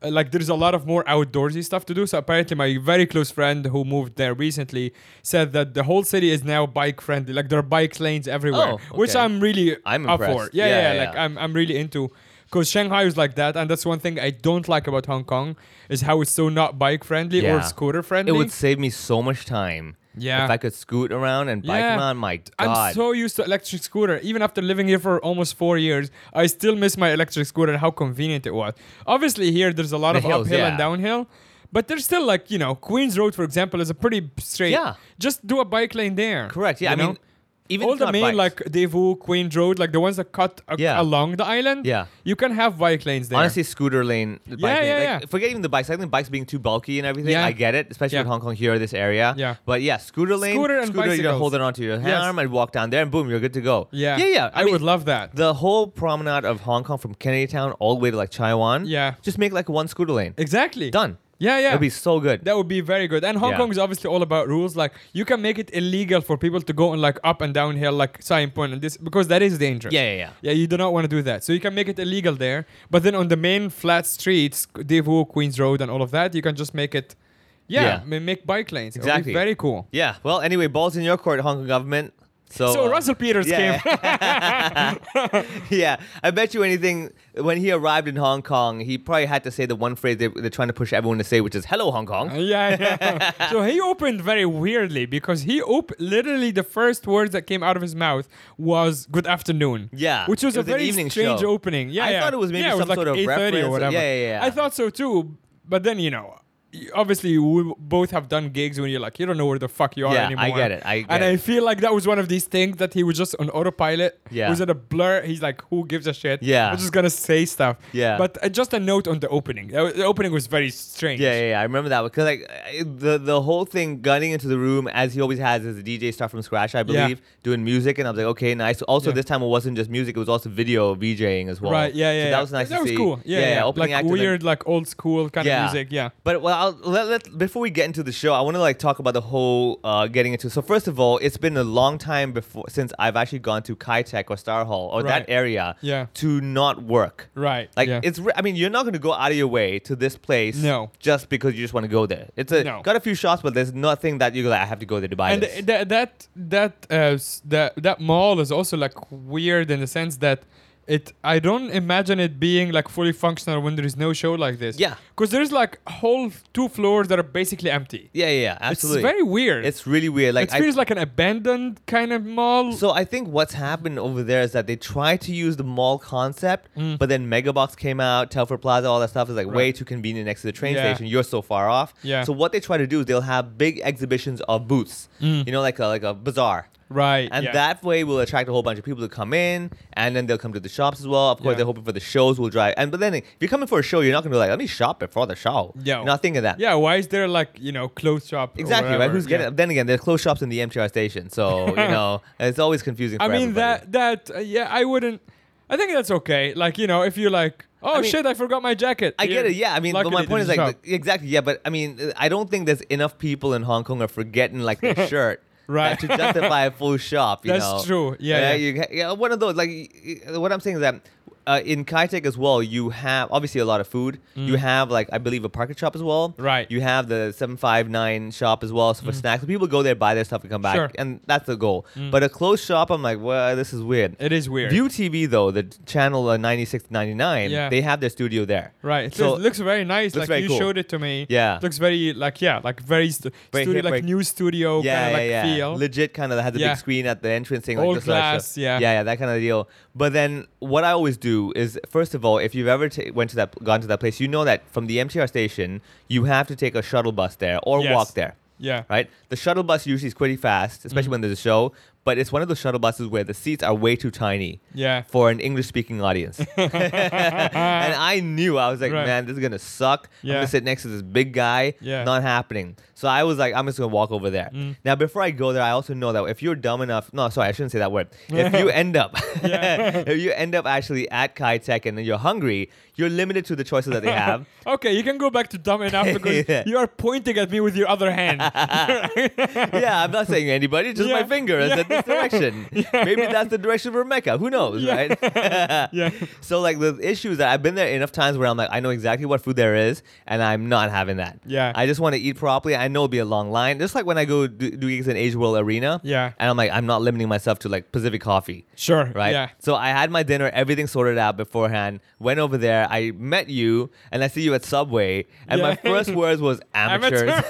[SPEAKER 3] uh, Like there's a lot of more outdoorsy stuff to do. So apparently, my very close friend who moved there recently said that the whole city is now bike friendly. Like there are bike lanes everywhere,
[SPEAKER 4] Oh,
[SPEAKER 3] which
[SPEAKER 4] okay.
[SPEAKER 3] I'm really
[SPEAKER 4] I'm
[SPEAKER 3] up for.
[SPEAKER 4] impressed.
[SPEAKER 3] Yeah, yeah,
[SPEAKER 4] Yeah,
[SPEAKER 3] yeah,
[SPEAKER 4] yeah,
[SPEAKER 3] like
[SPEAKER 4] yeah.
[SPEAKER 3] I'm, I'm really into. Because Shanghai is like that, and that's one thing I don't like about Hong Kong is how it's so not bike friendly or
[SPEAKER 4] Yeah.
[SPEAKER 3] scooter friendly.
[SPEAKER 4] it would save me so much time.
[SPEAKER 3] Yeah.
[SPEAKER 4] If I could scoot around and bike
[SPEAKER 3] Yeah.
[SPEAKER 4] around, my God.
[SPEAKER 3] I'm so used to electric scooter. Even after living here for almost four years, I still miss my electric scooter and how convenient it was. Obviously, here there's a lot
[SPEAKER 4] The
[SPEAKER 3] of
[SPEAKER 4] hills,
[SPEAKER 3] uphill and
[SPEAKER 4] yeah.
[SPEAKER 3] downhill, but there's still like you know Queens Road, for example, is a pretty straight.
[SPEAKER 4] Yeah.
[SPEAKER 3] Just do a bike lane there.
[SPEAKER 4] Correct. Yeah,
[SPEAKER 3] you
[SPEAKER 4] I
[SPEAKER 3] know?
[SPEAKER 4] mean, even
[SPEAKER 3] all
[SPEAKER 4] if
[SPEAKER 3] the
[SPEAKER 4] not
[SPEAKER 3] main
[SPEAKER 4] bikes.
[SPEAKER 3] like Daewoo, Queens Road, like the ones that cut a-
[SPEAKER 4] Yeah.
[SPEAKER 3] along the island.
[SPEAKER 4] Yeah.
[SPEAKER 3] You can have bike lanes there.
[SPEAKER 4] Honestly, scooter lane.
[SPEAKER 3] Yeah,
[SPEAKER 4] the bike lane.
[SPEAKER 3] yeah,
[SPEAKER 4] like,
[SPEAKER 3] yeah.
[SPEAKER 4] Forget even the bikes. I think bikes being too bulky and everything.
[SPEAKER 3] Yeah.
[SPEAKER 4] I get it, especially
[SPEAKER 3] Yeah.
[SPEAKER 4] with Hong Kong here, this area.
[SPEAKER 3] Yeah.
[SPEAKER 4] But yeah, scooter lane.
[SPEAKER 3] Scooter and
[SPEAKER 4] you
[SPEAKER 3] bicycles.
[SPEAKER 4] just hold it onto your
[SPEAKER 3] Yes.
[SPEAKER 4] arm and walk down there, and boom, you're good to go.
[SPEAKER 3] Yeah.
[SPEAKER 4] Yeah, yeah.
[SPEAKER 3] I,
[SPEAKER 4] mean,
[SPEAKER 3] would love that.
[SPEAKER 4] the whole promenade of Hong Kong from Kennedy Town all the way to like Chai Wan.
[SPEAKER 3] Yeah.
[SPEAKER 4] Just make like one scooter lane.
[SPEAKER 3] exactly.
[SPEAKER 4] Done.
[SPEAKER 3] Yeah, yeah.
[SPEAKER 4] It'd be so good.
[SPEAKER 3] That would be very good. And Hong
[SPEAKER 4] Yeah.
[SPEAKER 3] Kong is obviously all about rules. Like you can make it illegal for people to go on like up and downhill, like sign point and this because that is dangerous.
[SPEAKER 4] Yeah, yeah, yeah.
[SPEAKER 3] Yeah, you do not want to do that. So you can make it illegal there. But then on the main flat streets, Daewoo, Queens Road, and all of that, you can just make it. Yeah,
[SPEAKER 4] Yeah.
[SPEAKER 3] ma- make bike lanes. It would be
[SPEAKER 4] Exactly.
[SPEAKER 3] very cool.
[SPEAKER 4] yeah. Well, anyway, balls in your court, Hong Kong government. So,
[SPEAKER 3] So
[SPEAKER 4] uh,
[SPEAKER 3] Russell Peters
[SPEAKER 4] yeah.
[SPEAKER 3] came.
[SPEAKER 4] *laughs* yeah, I bet you anything. When he arrived in Hong Kong, he probably had to say the one phrase they, they're trying to push everyone to say, which is "Hello, Hong *laughs* Kong."
[SPEAKER 3] Oh, yeah,
[SPEAKER 4] *laughs*
[SPEAKER 3] yeah. so he opened very weirdly because he op- literally the first words that came out of his mouth was "Good afternoon."
[SPEAKER 4] Yeah,
[SPEAKER 3] which was a
[SPEAKER 4] it was an
[SPEAKER 3] very
[SPEAKER 4] evening
[SPEAKER 3] strange
[SPEAKER 4] show.
[SPEAKER 3] opening. Yeah,
[SPEAKER 4] I
[SPEAKER 3] yeah.
[SPEAKER 4] thought it was maybe
[SPEAKER 3] yeah, it was
[SPEAKER 4] some
[SPEAKER 3] like
[SPEAKER 4] sort of
[SPEAKER 3] 8:30
[SPEAKER 4] reference.
[SPEAKER 3] or whatever.
[SPEAKER 4] Yeah, yeah, yeah.
[SPEAKER 3] I thought so too, but then you know. y- Obviously, we both have done gigs when you're like, you don't know where the fuck you are
[SPEAKER 4] Yeah, I
[SPEAKER 3] anymore.
[SPEAKER 4] get it, I get
[SPEAKER 3] and I
[SPEAKER 4] it.
[SPEAKER 3] feel like that was one of these things that he was just on autopilot.
[SPEAKER 4] Yeah.
[SPEAKER 3] It was in a blur. He's like, who gives a shit?
[SPEAKER 4] Yeah.
[SPEAKER 3] I'm just going to say stuff.
[SPEAKER 4] Yeah.
[SPEAKER 3] But uh, just a note on the opening. The the opening was very strange.
[SPEAKER 4] Yeah, yeah, yeah, I remember that because like I- the the whole thing gunning into the room as he always has as a DJ start from scratch, I believe, doing music, and I was like, okay, nice. Also,
[SPEAKER 3] Yeah.
[SPEAKER 4] this time it wasn't just music; it was also video VJing as well.
[SPEAKER 3] Right. Yeah.
[SPEAKER 4] So
[SPEAKER 3] Yeah.
[SPEAKER 4] that
[SPEAKER 3] yeah.
[SPEAKER 4] was nice.
[SPEAKER 3] That
[SPEAKER 4] to
[SPEAKER 3] was
[SPEAKER 4] see.
[SPEAKER 3] cool. Yeah. Yeah.
[SPEAKER 4] opening
[SPEAKER 3] like
[SPEAKER 4] act and then-
[SPEAKER 3] weird, like old school kind of music. Yeah.
[SPEAKER 4] But well, I'll, let, let, before we get into the show, I want to like talk about the whole uh, getting into. So first of all, it's been a long time before since I've actually gone to Kai Tech or Star Hall or
[SPEAKER 3] Right.
[SPEAKER 4] that area
[SPEAKER 3] Yeah.
[SPEAKER 4] to not work.
[SPEAKER 3] Right.
[SPEAKER 4] Like
[SPEAKER 3] yeah.
[SPEAKER 4] it's. Re- I mean, you're not going to go out of your way to this place.
[SPEAKER 3] No.
[SPEAKER 4] Just because you just want to go there. It's a
[SPEAKER 3] No.
[SPEAKER 4] got a few shots, but there's nothing that you're like. I have to go there to buy
[SPEAKER 3] and
[SPEAKER 4] this.
[SPEAKER 3] th- th- that that uh, s- that that mall is also like weird in the sense that it I don't imagine it being like fully functional when there is no show like this.
[SPEAKER 4] Yeah.
[SPEAKER 3] Because there's like whole two floors that are basically empty.
[SPEAKER 4] yeah, yeah, yeah, absolutely.
[SPEAKER 3] It's very weird.
[SPEAKER 4] It's really weird. Like
[SPEAKER 3] it feels like an abandoned kind of mall.
[SPEAKER 4] So I think what's happened over there is that they tried to use the mall concept,
[SPEAKER 3] Mm.
[SPEAKER 4] but then Megabox came out, Telford Plaza, all that stuff is like way too convenient next to the train
[SPEAKER 3] Yeah.
[SPEAKER 4] station. You're so far off.
[SPEAKER 3] Yeah.
[SPEAKER 4] So what they try to do is they'll have big exhibitions of booths, you know, like a, like a bazaar.
[SPEAKER 3] Mm. right.
[SPEAKER 4] And
[SPEAKER 3] yeah.
[SPEAKER 4] that way will attract a whole bunch of people to come in, and then they'll come to the shops as well. Of course,
[SPEAKER 3] Yeah.
[SPEAKER 4] they're hoping for the shows will drive. And but then if you're coming for a show, you're not gonna be like, let me shop before the show.
[SPEAKER 3] Yeah.
[SPEAKER 4] You're not thinking of that.
[SPEAKER 3] Yeah. Why is there like you know clothes shop? or
[SPEAKER 4] Exactly, right?
[SPEAKER 3] whatever?
[SPEAKER 4] Who's getting
[SPEAKER 3] Yeah.
[SPEAKER 4] it? Then again, there's closed shops in the
[SPEAKER 3] *laughs*
[SPEAKER 4] MTR station, so you know it's always confusing. For
[SPEAKER 3] I mean
[SPEAKER 4] everybody.
[SPEAKER 3] that that uh, yeah I wouldn't I think that's okay. Like you know, if you're like, oh
[SPEAKER 4] mean,
[SPEAKER 3] shit, I forgot my jacket.
[SPEAKER 4] I get
[SPEAKER 3] You're
[SPEAKER 4] it. Yeah, I mean, but
[SPEAKER 3] lucky
[SPEAKER 4] my
[SPEAKER 3] they
[SPEAKER 4] point is
[SPEAKER 3] didn't
[SPEAKER 4] like
[SPEAKER 3] shop.
[SPEAKER 4] the- exactly. Yeah, but I mean, uh, I don't think there's enough people in Hong Kong are forgetting like
[SPEAKER 3] *laughs*
[SPEAKER 4] their shirt.
[SPEAKER 3] Right.
[SPEAKER 4] that to justify a full shop, you
[SPEAKER 3] That's
[SPEAKER 4] know.
[SPEAKER 3] true. Yeah, yeah.
[SPEAKER 4] You, ha- yeah, one of those. Like, y- y- what I'm saying is that uh, in Kai Tak as well, you have obviously a lot of food. You have like I believe a market shop as well.
[SPEAKER 3] Mm. Right. Mm.
[SPEAKER 4] You have the seven five nine shop as well so for snacks. People go there, buy their stuff, and come back,
[SPEAKER 3] Sure. Mm.
[SPEAKER 4] and that's the goal. But a closed shop, I'm like, well, this is weird.
[SPEAKER 3] It is weird.
[SPEAKER 4] View TV though, the channel uh, 9699,
[SPEAKER 3] Yeah.
[SPEAKER 4] they have their studio there.
[SPEAKER 3] Right. It
[SPEAKER 4] So-
[SPEAKER 3] looks- looks very nice.
[SPEAKER 4] looks
[SPEAKER 3] like
[SPEAKER 4] very
[SPEAKER 3] you
[SPEAKER 4] cool.
[SPEAKER 3] showed it to me.
[SPEAKER 4] Yeah.
[SPEAKER 3] Looks very like yeah, like very, stu-
[SPEAKER 4] Very
[SPEAKER 3] studio
[SPEAKER 4] hip,
[SPEAKER 3] like
[SPEAKER 4] very-
[SPEAKER 3] new studio kind of like feel.
[SPEAKER 4] Legit kind of had the
[SPEAKER 3] Yeah.
[SPEAKER 4] big screen at the entrance thing.
[SPEAKER 3] Old
[SPEAKER 4] like, this is our show.
[SPEAKER 3] glass, yeah.
[SPEAKER 4] Yeah, yeah, that kind of deal. But then what I always do is, first of all, if you've ever ta went to that, gone to that place, you know that from the MTR station, you have to take a shuttle bus there or
[SPEAKER 3] Yes.
[SPEAKER 4] walk there,
[SPEAKER 3] yeah.
[SPEAKER 4] right? The shuttle bus usually is pretty fast, especially
[SPEAKER 3] Mm.
[SPEAKER 4] when there's a show. But it's one of those shuttle buses where the seats are way too tiny
[SPEAKER 3] Yeah.
[SPEAKER 4] for an English speaking
[SPEAKER 3] *laughs*
[SPEAKER 4] audience. and I knew I was like,
[SPEAKER 3] Right.
[SPEAKER 4] man, this is gonna suck. I'm
[SPEAKER 3] Yeah.
[SPEAKER 4] gonna sit next to this big guy.
[SPEAKER 3] Yeah. Mm.
[SPEAKER 4] Not happening. So I was like, I'm just gonna walk over there. Now before I go there, I also know that if you're dumb enough, no, sorry, I shouldn't say that
[SPEAKER 3] *laughs*
[SPEAKER 4] word. If you end up, *laughs* if you end up actually at Kai Tech and then you're hungry, you're limited to the choices that they
[SPEAKER 3] *laughs*
[SPEAKER 4] have.
[SPEAKER 3] Okay, you can go back to dumb enough
[SPEAKER 4] *laughs*
[SPEAKER 3] because
[SPEAKER 4] Yeah.
[SPEAKER 3] you are pointing at me with your other
[SPEAKER 4] *laughs*
[SPEAKER 3] hand.
[SPEAKER 4] yeah, I'm not saying anybody, just
[SPEAKER 3] Yeah.
[SPEAKER 4] my finger is in this
[SPEAKER 3] *laughs*
[SPEAKER 4] direction. Maybe that's the direction for Mecca. Who knows, right?
[SPEAKER 3] yeah.
[SPEAKER 4] So like the issue is that I've been there enough times where I'm like, I know exactly what food there is, and I'm not having that.
[SPEAKER 3] Yeah.
[SPEAKER 4] I just want to eat properly. I know it'll be a long line. Just like when I go do, do gigs in Asia World Arena.
[SPEAKER 3] Yeah.
[SPEAKER 4] And I'm like, I'm not limiting myself to like Pacific coffee.
[SPEAKER 3] Sure.
[SPEAKER 4] Right.
[SPEAKER 3] Yeah.
[SPEAKER 4] So I had my dinner, everything sorted out beforehand. Went over there. I met you, and I see you at Subway. And
[SPEAKER 3] Yeah.
[SPEAKER 4] my first words
[SPEAKER 3] *laughs*
[SPEAKER 4] was amateurs.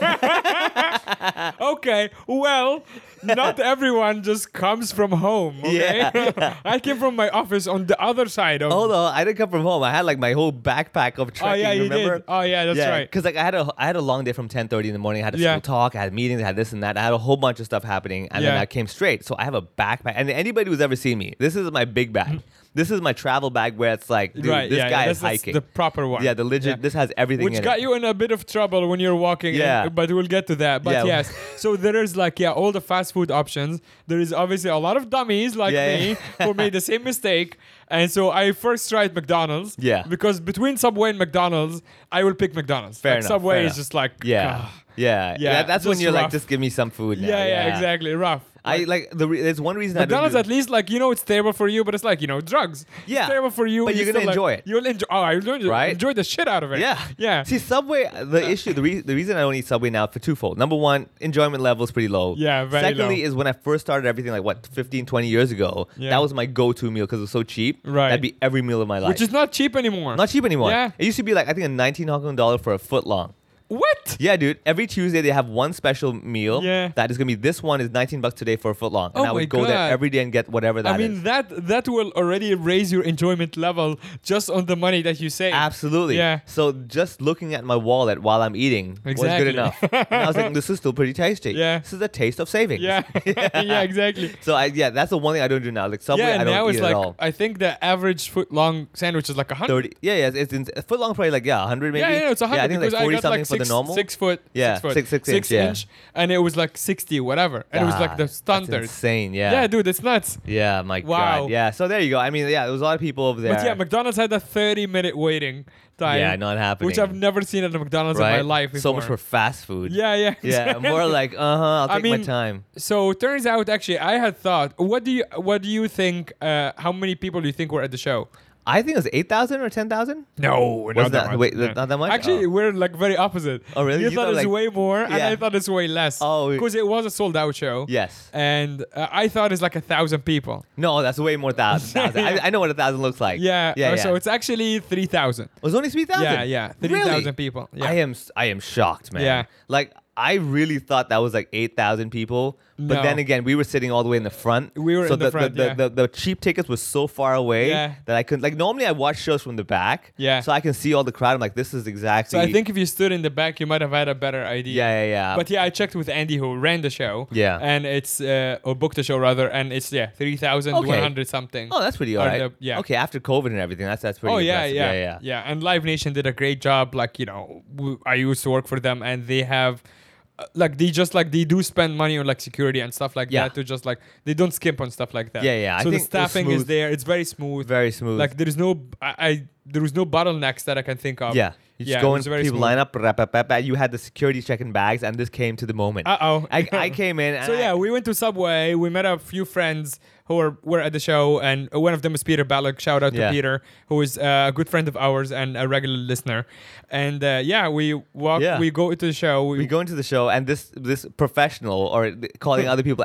[SPEAKER 3] okay. Well, not everyone just comes from home. Okay? *laughs* I came from my office on the other side of.
[SPEAKER 4] Hold on, Oh, I didn't come from home. I had like my whole backpack of
[SPEAKER 3] oh
[SPEAKER 4] trekking.
[SPEAKER 3] yeah, you
[SPEAKER 4] remember?
[SPEAKER 3] did. Oh yeah, that's right.
[SPEAKER 4] Because like I had a I had a long day from ten thirty in the morning. I had a
[SPEAKER 3] Yeah.
[SPEAKER 4] school talk. I had meetings. I had this and that. I had a whole bunch of stuff happening, and
[SPEAKER 3] Yeah.
[SPEAKER 4] then I came straight. So I have a backpack. And anybody who's ever seen me, this is my big bag. this is my travel bag where it's like, dude,
[SPEAKER 3] Mm-hmm. right.
[SPEAKER 4] this
[SPEAKER 3] yeah,
[SPEAKER 4] guy
[SPEAKER 3] yeah,
[SPEAKER 4] is
[SPEAKER 3] that's- that's
[SPEAKER 4] hiking.
[SPEAKER 3] The proper one.
[SPEAKER 4] yeah, the legit. This has everything.
[SPEAKER 3] which
[SPEAKER 4] in
[SPEAKER 3] got
[SPEAKER 4] it.
[SPEAKER 3] you in a bit of trouble when you're walking
[SPEAKER 4] Yeah.
[SPEAKER 3] in, but we'll get to that but
[SPEAKER 4] Yeah.
[SPEAKER 3] yes so there is like yeah all the fast food options there is obviously a lot of dummies like
[SPEAKER 4] Yeah,
[SPEAKER 3] me *laughs*
[SPEAKER 4] yeah.
[SPEAKER 3] who made the same mistake and so i first tried mcdonald's
[SPEAKER 4] Yeah.
[SPEAKER 3] because between subway and mcdonald's i will pick mcdonald's
[SPEAKER 4] Fair
[SPEAKER 3] Like,
[SPEAKER 4] enough,
[SPEAKER 3] subway
[SPEAKER 4] fair
[SPEAKER 3] is
[SPEAKER 4] enough.
[SPEAKER 3] just like
[SPEAKER 4] Yeah.
[SPEAKER 3] ah.
[SPEAKER 4] Yeah.
[SPEAKER 3] Yeah,
[SPEAKER 4] That- that's when
[SPEAKER 3] just
[SPEAKER 4] you're
[SPEAKER 3] rough.
[SPEAKER 4] like, just give me some food now.
[SPEAKER 3] yeah, yeah exactly
[SPEAKER 4] *laughs*
[SPEAKER 3] rough
[SPEAKER 4] I like the. Re- there's one reason
[SPEAKER 3] McDonald's
[SPEAKER 4] I
[SPEAKER 3] at
[SPEAKER 4] don't do-
[SPEAKER 3] least like you know it's terrible for you, but it's like you know drugs.
[SPEAKER 4] Yeah,
[SPEAKER 3] it's terrible for you,
[SPEAKER 4] but
[SPEAKER 3] you
[SPEAKER 4] you're gonna
[SPEAKER 3] still, like-
[SPEAKER 4] enjoy it.
[SPEAKER 3] You'll enjoy. Oh, I enjoy,
[SPEAKER 4] Right?
[SPEAKER 3] enjoy the shit out of it.
[SPEAKER 4] Yeah.
[SPEAKER 3] yeah. Uh.
[SPEAKER 4] See, Subway, the issue, the, re- the reason I don't eat Subway now for twofold. Number one, enjoyment level is pretty low.
[SPEAKER 3] Yeah, very
[SPEAKER 4] Secondly,
[SPEAKER 3] low.
[SPEAKER 4] is when I first started everything, like what, 15, 20 years ago,
[SPEAKER 3] Yeah.
[SPEAKER 4] that was my go to meal because it was so cheap.
[SPEAKER 3] Right.
[SPEAKER 4] That'd be every meal of my life.
[SPEAKER 3] Which is not cheap anymore.
[SPEAKER 4] not cheap anymore.
[SPEAKER 3] Yeah.
[SPEAKER 4] It used to be like, I think, a 19 Hong Kong dollar for a foot long.
[SPEAKER 3] What?
[SPEAKER 4] Yeah, dude. Every Tuesday they have one special meal.
[SPEAKER 3] Yeah.
[SPEAKER 4] That is gonna be this one is 19 bucks today for a foot long.
[SPEAKER 3] Oh
[SPEAKER 4] And I
[SPEAKER 3] my
[SPEAKER 4] would go there
[SPEAKER 3] God.
[SPEAKER 4] every day and get whatever
[SPEAKER 3] I
[SPEAKER 4] that is.
[SPEAKER 3] mean that that will already raise your enjoyment level just on the money that you save.
[SPEAKER 4] Absolutely.
[SPEAKER 3] Yeah.
[SPEAKER 4] So just looking at my wallet while I'm eating was good
[SPEAKER 3] Exactly.
[SPEAKER 4] enough. and I
[SPEAKER 3] *laughs*
[SPEAKER 4] was like, this is still pretty tasty.
[SPEAKER 3] Yeah.
[SPEAKER 4] This is a taste of savings.
[SPEAKER 3] *laughs*
[SPEAKER 4] *laughs*
[SPEAKER 3] Yeah. *laughs* yeah, exactly.
[SPEAKER 4] So I yeah, that's the one thing I don't do now. Like Subway,
[SPEAKER 3] yeah,
[SPEAKER 4] I
[SPEAKER 3] and
[SPEAKER 4] don't
[SPEAKER 3] now
[SPEAKER 4] eat
[SPEAKER 3] it's
[SPEAKER 4] at all.
[SPEAKER 3] like I think the average foot long sandwich is like a hundred.
[SPEAKER 4] Thirty. Yeah, yeah. It's, it's foot long, probably like yeah, hundred maybe.
[SPEAKER 3] Yeah, yeah, no, it's a hundred
[SPEAKER 4] Yeah, I think
[SPEAKER 3] because
[SPEAKER 4] like forty
[SPEAKER 3] I got
[SPEAKER 4] something
[SPEAKER 3] like
[SPEAKER 4] for
[SPEAKER 3] six,
[SPEAKER 4] the normal.
[SPEAKER 3] six foot,
[SPEAKER 4] Yeah,
[SPEAKER 3] six foot,
[SPEAKER 4] six- six inch, yeah.
[SPEAKER 3] inch, and it was like sixty whatever, and it was like
[SPEAKER 4] God,
[SPEAKER 3] the
[SPEAKER 4] Ah, that's
[SPEAKER 3] standard.
[SPEAKER 4] insane. Yeah.
[SPEAKER 3] Yeah, dude, it's nuts.
[SPEAKER 4] Yeah, my
[SPEAKER 3] Wow.
[SPEAKER 4] God. Yeah. So there you go. I mean, yeah, there was a lot of people over there.
[SPEAKER 3] But yeah, McDonald's had a thirty-minute waiting time.
[SPEAKER 4] Yeah, not happening.
[SPEAKER 3] Which I've never seen at a McDonald's in my
[SPEAKER 4] right?
[SPEAKER 3] life. Before.
[SPEAKER 4] So much for fast food.
[SPEAKER 3] Yeah, yeah, *laughs*
[SPEAKER 4] Yeah. More like uh huh. I'll take
[SPEAKER 3] I
[SPEAKER 4] my
[SPEAKER 3] mean,
[SPEAKER 4] time.
[SPEAKER 3] So it turns out, actually, I had thought. What do you What do you think? Uh, how many people do you think were at the show?
[SPEAKER 4] I think it was eight thousand or ten thousand.
[SPEAKER 3] No,
[SPEAKER 4] Wasn't that- wait, not that much?
[SPEAKER 3] Actually,
[SPEAKER 4] Oh.
[SPEAKER 3] we're like very opposite.
[SPEAKER 4] Oh, really?
[SPEAKER 3] You,
[SPEAKER 4] You
[SPEAKER 3] thought,
[SPEAKER 4] thought,
[SPEAKER 3] it's
[SPEAKER 4] like-
[SPEAKER 3] way more, and
[SPEAKER 4] Yeah.
[SPEAKER 3] I thought it's way less.
[SPEAKER 4] Oh, we-
[SPEAKER 3] because it was a sold out show.
[SPEAKER 4] Yes.
[SPEAKER 3] and uh, I thought it's like a thousand people.
[SPEAKER 4] No, that's way more thousand.
[SPEAKER 3] *laughs*
[SPEAKER 4] thousand. I, I know what a thousand looks like.
[SPEAKER 3] Yeah,
[SPEAKER 4] yeah.
[SPEAKER 3] uh,
[SPEAKER 4] yeah.
[SPEAKER 3] So it's actually three thousand.
[SPEAKER 4] it was only three thousand.
[SPEAKER 3] Yeah, yeah, three
[SPEAKER 4] really?
[SPEAKER 3] thousand people. Yeah.
[SPEAKER 4] I am, s- I am shocked, man.
[SPEAKER 3] Yeah.
[SPEAKER 4] like I really thought that was like eight thousand people, but
[SPEAKER 3] No.
[SPEAKER 4] then again, we were sitting all the way in the front.
[SPEAKER 3] We were
[SPEAKER 4] so
[SPEAKER 3] in the front,
[SPEAKER 4] The,
[SPEAKER 3] yeah.
[SPEAKER 4] the, the cheap tickets were so far away
[SPEAKER 3] Yeah.
[SPEAKER 4] that I couldn't. Like normally, I watch shows from the back.
[SPEAKER 3] Yeah.
[SPEAKER 4] so I can see all the crowd. I'm like, this is exactly.
[SPEAKER 3] So I think if you stood in the back, you might have had a better idea.
[SPEAKER 4] Yeah, yeah, yeah.
[SPEAKER 3] But yeah, I checked with Andy who ran the show.
[SPEAKER 4] Yeah.
[SPEAKER 3] And it's uh, or booked the show rather, and it's yeah three thousand one hundred something.
[SPEAKER 4] Oh, that's pretty
[SPEAKER 3] Or
[SPEAKER 4] alright.
[SPEAKER 3] the- yeah.
[SPEAKER 4] Okay, after COVID and everything, that's that's pretty.
[SPEAKER 3] Oh yeah,
[SPEAKER 4] impressive.
[SPEAKER 3] yeah,
[SPEAKER 4] yeah, yeah.
[SPEAKER 3] And Live Nation did a great job. Like you know, w- I used to work for them, and they have uh, like they just like they do spend money on like security and stuff like
[SPEAKER 4] Yeah.
[SPEAKER 3] that to just like they don't skimp on stuff like that.
[SPEAKER 4] Yeah, yeah, I
[SPEAKER 3] So the
[SPEAKER 4] think it was
[SPEAKER 3] staffing is
[SPEAKER 4] smooth.
[SPEAKER 3] there. It's very smooth.
[SPEAKER 4] Very smooth.
[SPEAKER 3] Like there is no I, I there was no bottlenecks that I can think of.
[SPEAKER 4] yeah. You just
[SPEAKER 3] Yeah,
[SPEAKER 4] go
[SPEAKER 3] it
[SPEAKER 4] in,
[SPEAKER 3] was
[SPEAKER 4] people
[SPEAKER 3] very smooth.
[SPEAKER 4] line up, rap, rap, rap, rap, you had the security checking bags, and this came to the moment.
[SPEAKER 3] Uh-oh.
[SPEAKER 4] I,
[SPEAKER 3] *laughs*
[SPEAKER 4] I came in. And
[SPEAKER 3] So
[SPEAKER 4] I-
[SPEAKER 3] yeah, we went to Subway. We met a few friends who were, were at the show, and one of them is Peter Balak. Shout out to
[SPEAKER 4] Yeah.
[SPEAKER 3] Peter, who is uh, a good friend of ours and a regular listener. And uh, yeah, we walk.
[SPEAKER 4] Yeah.
[SPEAKER 3] We go to the show.
[SPEAKER 4] we go into the show and this this professional or th- calling other people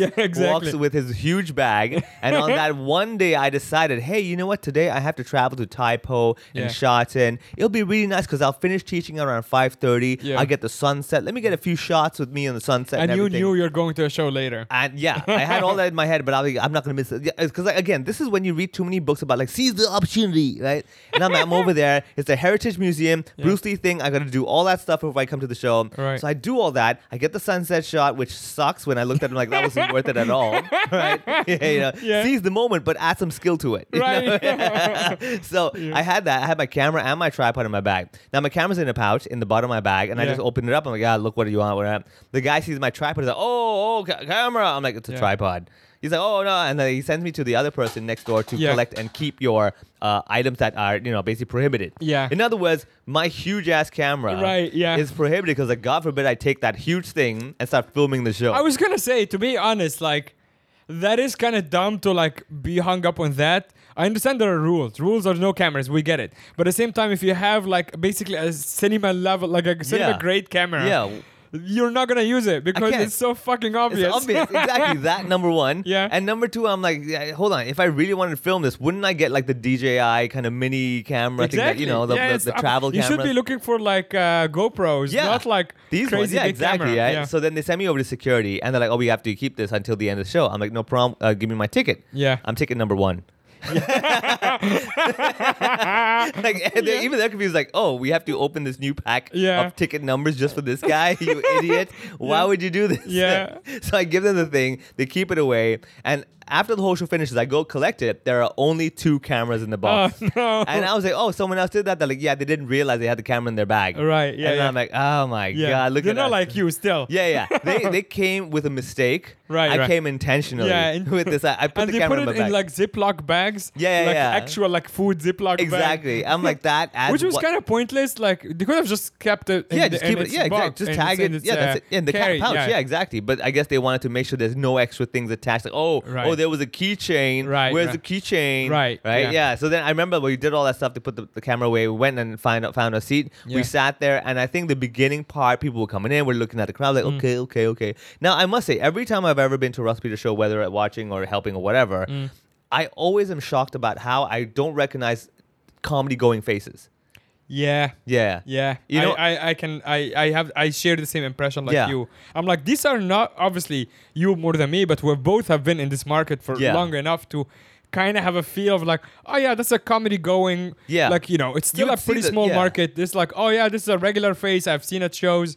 [SPEAKER 3] *laughs* Yeah, exactly.
[SPEAKER 4] walks with his huge
[SPEAKER 3] *laughs*
[SPEAKER 4] bag and on that one day i decided hey you know what today i have to travel to taipo
[SPEAKER 3] Yeah.
[SPEAKER 4] and shatin it'll be really nice because i'll finish teaching around 5.30
[SPEAKER 3] Yeah.
[SPEAKER 4] i'll get the sunset let me get a few shots with me on the sunset and,
[SPEAKER 3] and you
[SPEAKER 4] everything.
[SPEAKER 3] knew you're going to a show later.
[SPEAKER 4] And yeah, I had all that in my head, but I was like, I'm not gonna miss it. Because like, again, this is when you read too many books about like seize the opportunity, right? And I'm, I'm over there. It's a heritage
[SPEAKER 3] *laughs*
[SPEAKER 4] museum, Bruce Lee thing. I gotta do all that stuff before I come to the show.
[SPEAKER 3] Right.
[SPEAKER 4] So I do all that. I get the sunset shot, which sucks. When I looked at it, I'm like, that wasn't worth it at all. *laughs* Right?
[SPEAKER 3] *laughs*
[SPEAKER 4] Yeah, you know,
[SPEAKER 3] Yeah.
[SPEAKER 4] Seize the moment, but add some skill to it. you
[SPEAKER 3] Right.
[SPEAKER 4] know? *laughs* so I had that. I had my camera and my tripod in my bag. Now my camera's in a pouch in the bottom of my bag, and I
[SPEAKER 3] Yeah.
[SPEAKER 4] just opened it up. I'm like, yeah, look what do you want. What do you want?" The guy sees my tripod. He's like, oh, oh, ca- camera. I'm like, it's a
[SPEAKER 3] Yeah.
[SPEAKER 4] tripod. He's like, oh no, and then he sends me to the other person next door to
[SPEAKER 3] Yeah.
[SPEAKER 4] collect and keep your uh, items that are you know basically prohibited.
[SPEAKER 3] Yeah.
[SPEAKER 4] In other words, my huge ass camera
[SPEAKER 3] Right, yeah.
[SPEAKER 4] is prohibited because like God forbid I take that huge thing and start filming the show.
[SPEAKER 3] I was gonna say, to be honest, like that is kind of dumb to like be hung up on that. I understand there are rules. Rules are no cameras. We get it. But at the same time, if you have like basically a cinema level, like a cinema grade camera,
[SPEAKER 4] Yeah.
[SPEAKER 3] you're not gonna use it because
[SPEAKER 4] can't.
[SPEAKER 3] it's so fucking
[SPEAKER 4] It's
[SPEAKER 3] obvious. *laughs*
[SPEAKER 4] obvious, exactly. That number one.
[SPEAKER 3] Yeah.
[SPEAKER 4] And number two, I'm like, yeah, hold on. If I really wanted to film this, wouldn't I get like the DJI kind of mini camera
[SPEAKER 3] *laughs*
[SPEAKER 4] thing that you know the,
[SPEAKER 3] Yeah,
[SPEAKER 4] the,
[SPEAKER 3] it's
[SPEAKER 4] the
[SPEAKER 3] ob-
[SPEAKER 4] travel
[SPEAKER 3] You
[SPEAKER 4] camera?
[SPEAKER 3] should be looking for like uh, GoPros,
[SPEAKER 4] yeah,
[SPEAKER 3] not like
[SPEAKER 4] these
[SPEAKER 3] crazy
[SPEAKER 4] ones. Yeah,
[SPEAKER 3] big
[SPEAKER 4] exactly.
[SPEAKER 3] camera.
[SPEAKER 4] Right.
[SPEAKER 3] Yeah.
[SPEAKER 4] So then they send me over to security, and they're like, "Oh, we have to keep this until the end of the show." I'm like, "No problem. Uh, give me my ticket."
[SPEAKER 3] Yeah.
[SPEAKER 4] I'm ticket number
[SPEAKER 3] *laughs*
[SPEAKER 4] one. *laughs* like and they're- even they're confused. Like, oh, we have to open this new pack
[SPEAKER 3] Yeah.
[SPEAKER 4] of ticket numbers just for this guy. *laughs* you idiot! Why
[SPEAKER 3] Yeah.
[SPEAKER 4] would you do this?
[SPEAKER 3] Yeah.
[SPEAKER 4] *laughs* so I give them the thing. They keep it away, and after the whole show finishes, I go collect it. There are only two cameras in the box,
[SPEAKER 3] *laughs* Oh,
[SPEAKER 4] *laughs*
[SPEAKER 3] no.
[SPEAKER 4] and I was like, oh, someone else did that. They're like, yeah, they didn't realize they had the camera in their bag.
[SPEAKER 3] Right, yeah,
[SPEAKER 4] And
[SPEAKER 3] yeah.
[SPEAKER 4] I'm like, oh my
[SPEAKER 3] yeah.
[SPEAKER 4] god, look
[SPEAKER 3] They're
[SPEAKER 4] at
[SPEAKER 3] not
[SPEAKER 4] us.
[SPEAKER 3] like you still.
[SPEAKER 4] Yeah,
[SPEAKER 3] *laughs*
[SPEAKER 4] yeah. They they came with a mistake.
[SPEAKER 3] Right,
[SPEAKER 4] I
[SPEAKER 3] right.
[SPEAKER 4] came intentionally
[SPEAKER 3] Yeah, and-
[SPEAKER 4] with this. I, I put
[SPEAKER 3] and
[SPEAKER 4] the
[SPEAKER 3] they put
[SPEAKER 4] camera
[SPEAKER 3] it
[SPEAKER 4] in
[SPEAKER 3] in
[SPEAKER 4] my
[SPEAKER 3] like
[SPEAKER 4] bag.
[SPEAKER 3] Ziploc bags.
[SPEAKER 4] Yeah, yeah,
[SPEAKER 3] like
[SPEAKER 4] yeah.
[SPEAKER 3] Actual like food Ziploc bags.
[SPEAKER 4] exactly. I'm like that.
[SPEAKER 3] *laughs*
[SPEAKER 4] Adds
[SPEAKER 3] Which was
[SPEAKER 4] what-
[SPEAKER 3] kind of pointless. Like they could have just kept it. In
[SPEAKER 4] yeah,
[SPEAKER 3] the,
[SPEAKER 4] just
[SPEAKER 3] in
[SPEAKER 4] keep it.
[SPEAKER 3] its
[SPEAKER 4] Yeah,
[SPEAKER 3] box,
[SPEAKER 4] exactly. Just
[SPEAKER 3] in
[SPEAKER 4] tag
[SPEAKER 3] its- in
[SPEAKER 4] it.
[SPEAKER 3] its,
[SPEAKER 4] Yeah, that's
[SPEAKER 3] uh,
[SPEAKER 4] it. In the cat
[SPEAKER 3] carry,
[SPEAKER 4] pouch.
[SPEAKER 3] yeah.
[SPEAKER 4] Yeah. exactly. But I guess they wanted to make sure there's no extra things attached. Like, oh,
[SPEAKER 3] Right.
[SPEAKER 4] oh, there was a keychain.
[SPEAKER 3] Right,
[SPEAKER 4] Where's
[SPEAKER 3] right.
[SPEAKER 4] the keychain?
[SPEAKER 3] Right,
[SPEAKER 4] Right.
[SPEAKER 3] yeah.
[SPEAKER 4] Yeah. So then I remember we did all that stuff to put the, the camera away. We went and find out, found a seat.
[SPEAKER 3] Yeah.
[SPEAKER 4] We sat there, and I think the beginning part, people were coming in. We're looking at the crowd,
[SPEAKER 3] Mm.
[SPEAKER 4] like, okay, okay, okay. Now I must say, every time I've ever been to a Russ Peter show, whether at watching or helping or whatever,
[SPEAKER 3] Mm.
[SPEAKER 4] I always am shocked about how I don't recognize comedy going faces.
[SPEAKER 3] Yeah.
[SPEAKER 4] Yeah.
[SPEAKER 3] Yeah,
[SPEAKER 4] You
[SPEAKER 3] I-
[SPEAKER 4] know-
[SPEAKER 3] I, I, can, I, I have, I share the same impression like
[SPEAKER 4] Yeah.
[SPEAKER 3] you. I'm like, these are not obviously you more than me, but we both have been in this market for
[SPEAKER 4] Yeah.
[SPEAKER 3] long enough to kind of have a feel of like, oh yeah, that's a comedy going.
[SPEAKER 4] Yeah.
[SPEAKER 3] like you know, it's still
[SPEAKER 4] You'd
[SPEAKER 3] a
[SPEAKER 4] see
[SPEAKER 3] pretty
[SPEAKER 4] the-
[SPEAKER 3] small
[SPEAKER 4] yeah.
[SPEAKER 3] market. It's like, oh yeah, this is a regular face I've seen at shows.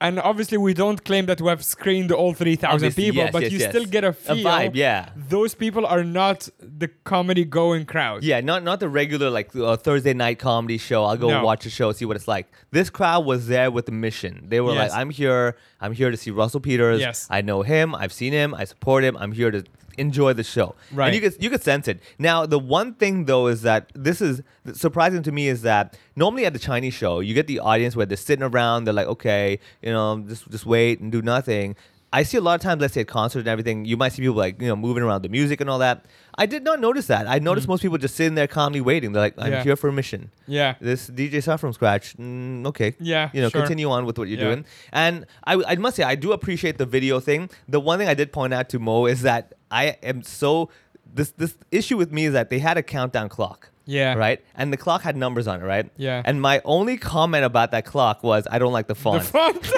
[SPEAKER 3] And obviously, we don't claim that we have screened all three thousand
[SPEAKER 4] Obviously,
[SPEAKER 3] people,
[SPEAKER 4] yes,
[SPEAKER 3] but
[SPEAKER 4] yes,
[SPEAKER 3] you
[SPEAKER 4] yes.
[SPEAKER 3] still get a
[SPEAKER 4] A
[SPEAKER 3] feel.
[SPEAKER 4] vibe, yeah.
[SPEAKER 3] Those people are not the comedy going crowd.
[SPEAKER 4] Yeah, not not the regular like uh, Thursday night comedy show. I'll go
[SPEAKER 3] No.
[SPEAKER 4] watch a show, see what it's like. This crowd was there with a mission. They were
[SPEAKER 3] Yes.
[SPEAKER 4] like, "I'm here. I'm here to see Russell Peters.
[SPEAKER 3] Yes.
[SPEAKER 4] I know him. I've seen him. I support him. I'm here to enjoy the show."
[SPEAKER 3] Right.
[SPEAKER 4] And you could you could sense it. Now, the one thing though is that this is th- surprising to me is that normally at the Chinese show, you get the audience where they're sitting around. They're like, "Okay, you know, just just wait and do nothing." I see a lot of times, let's say at concerts and everything, you might see people like, you know, moving around the music and all that. I did not notice that. I noticed most people just sitting there calmly waiting. They're like, I'm
[SPEAKER 3] Yeah.
[SPEAKER 4] here for a mission.
[SPEAKER 3] Yeah.
[SPEAKER 4] This DJ start from scratch. Mm, okay.
[SPEAKER 3] Yeah,
[SPEAKER 4] You know,
[SPEAKER 3] sure.
[SPEAKER 4] continue on with what you're
[SPEAKER 3] Yeah.
[SPEAKER 4] doing. And I, I must say, I do appreciate the video thing. The one thing I did point out to Mo is that I am so. This, this issue with me is that they had a countdown clock.
[SPEAKER 3] Yeah.
[SPEAKER 4] Right? And the clock had numbers on it, right?
[SPEAKER 3] Yeah.
[SPEAKER 4] And my only comment about that clock was, I don't like the font.
[SPEAKER 3] The front.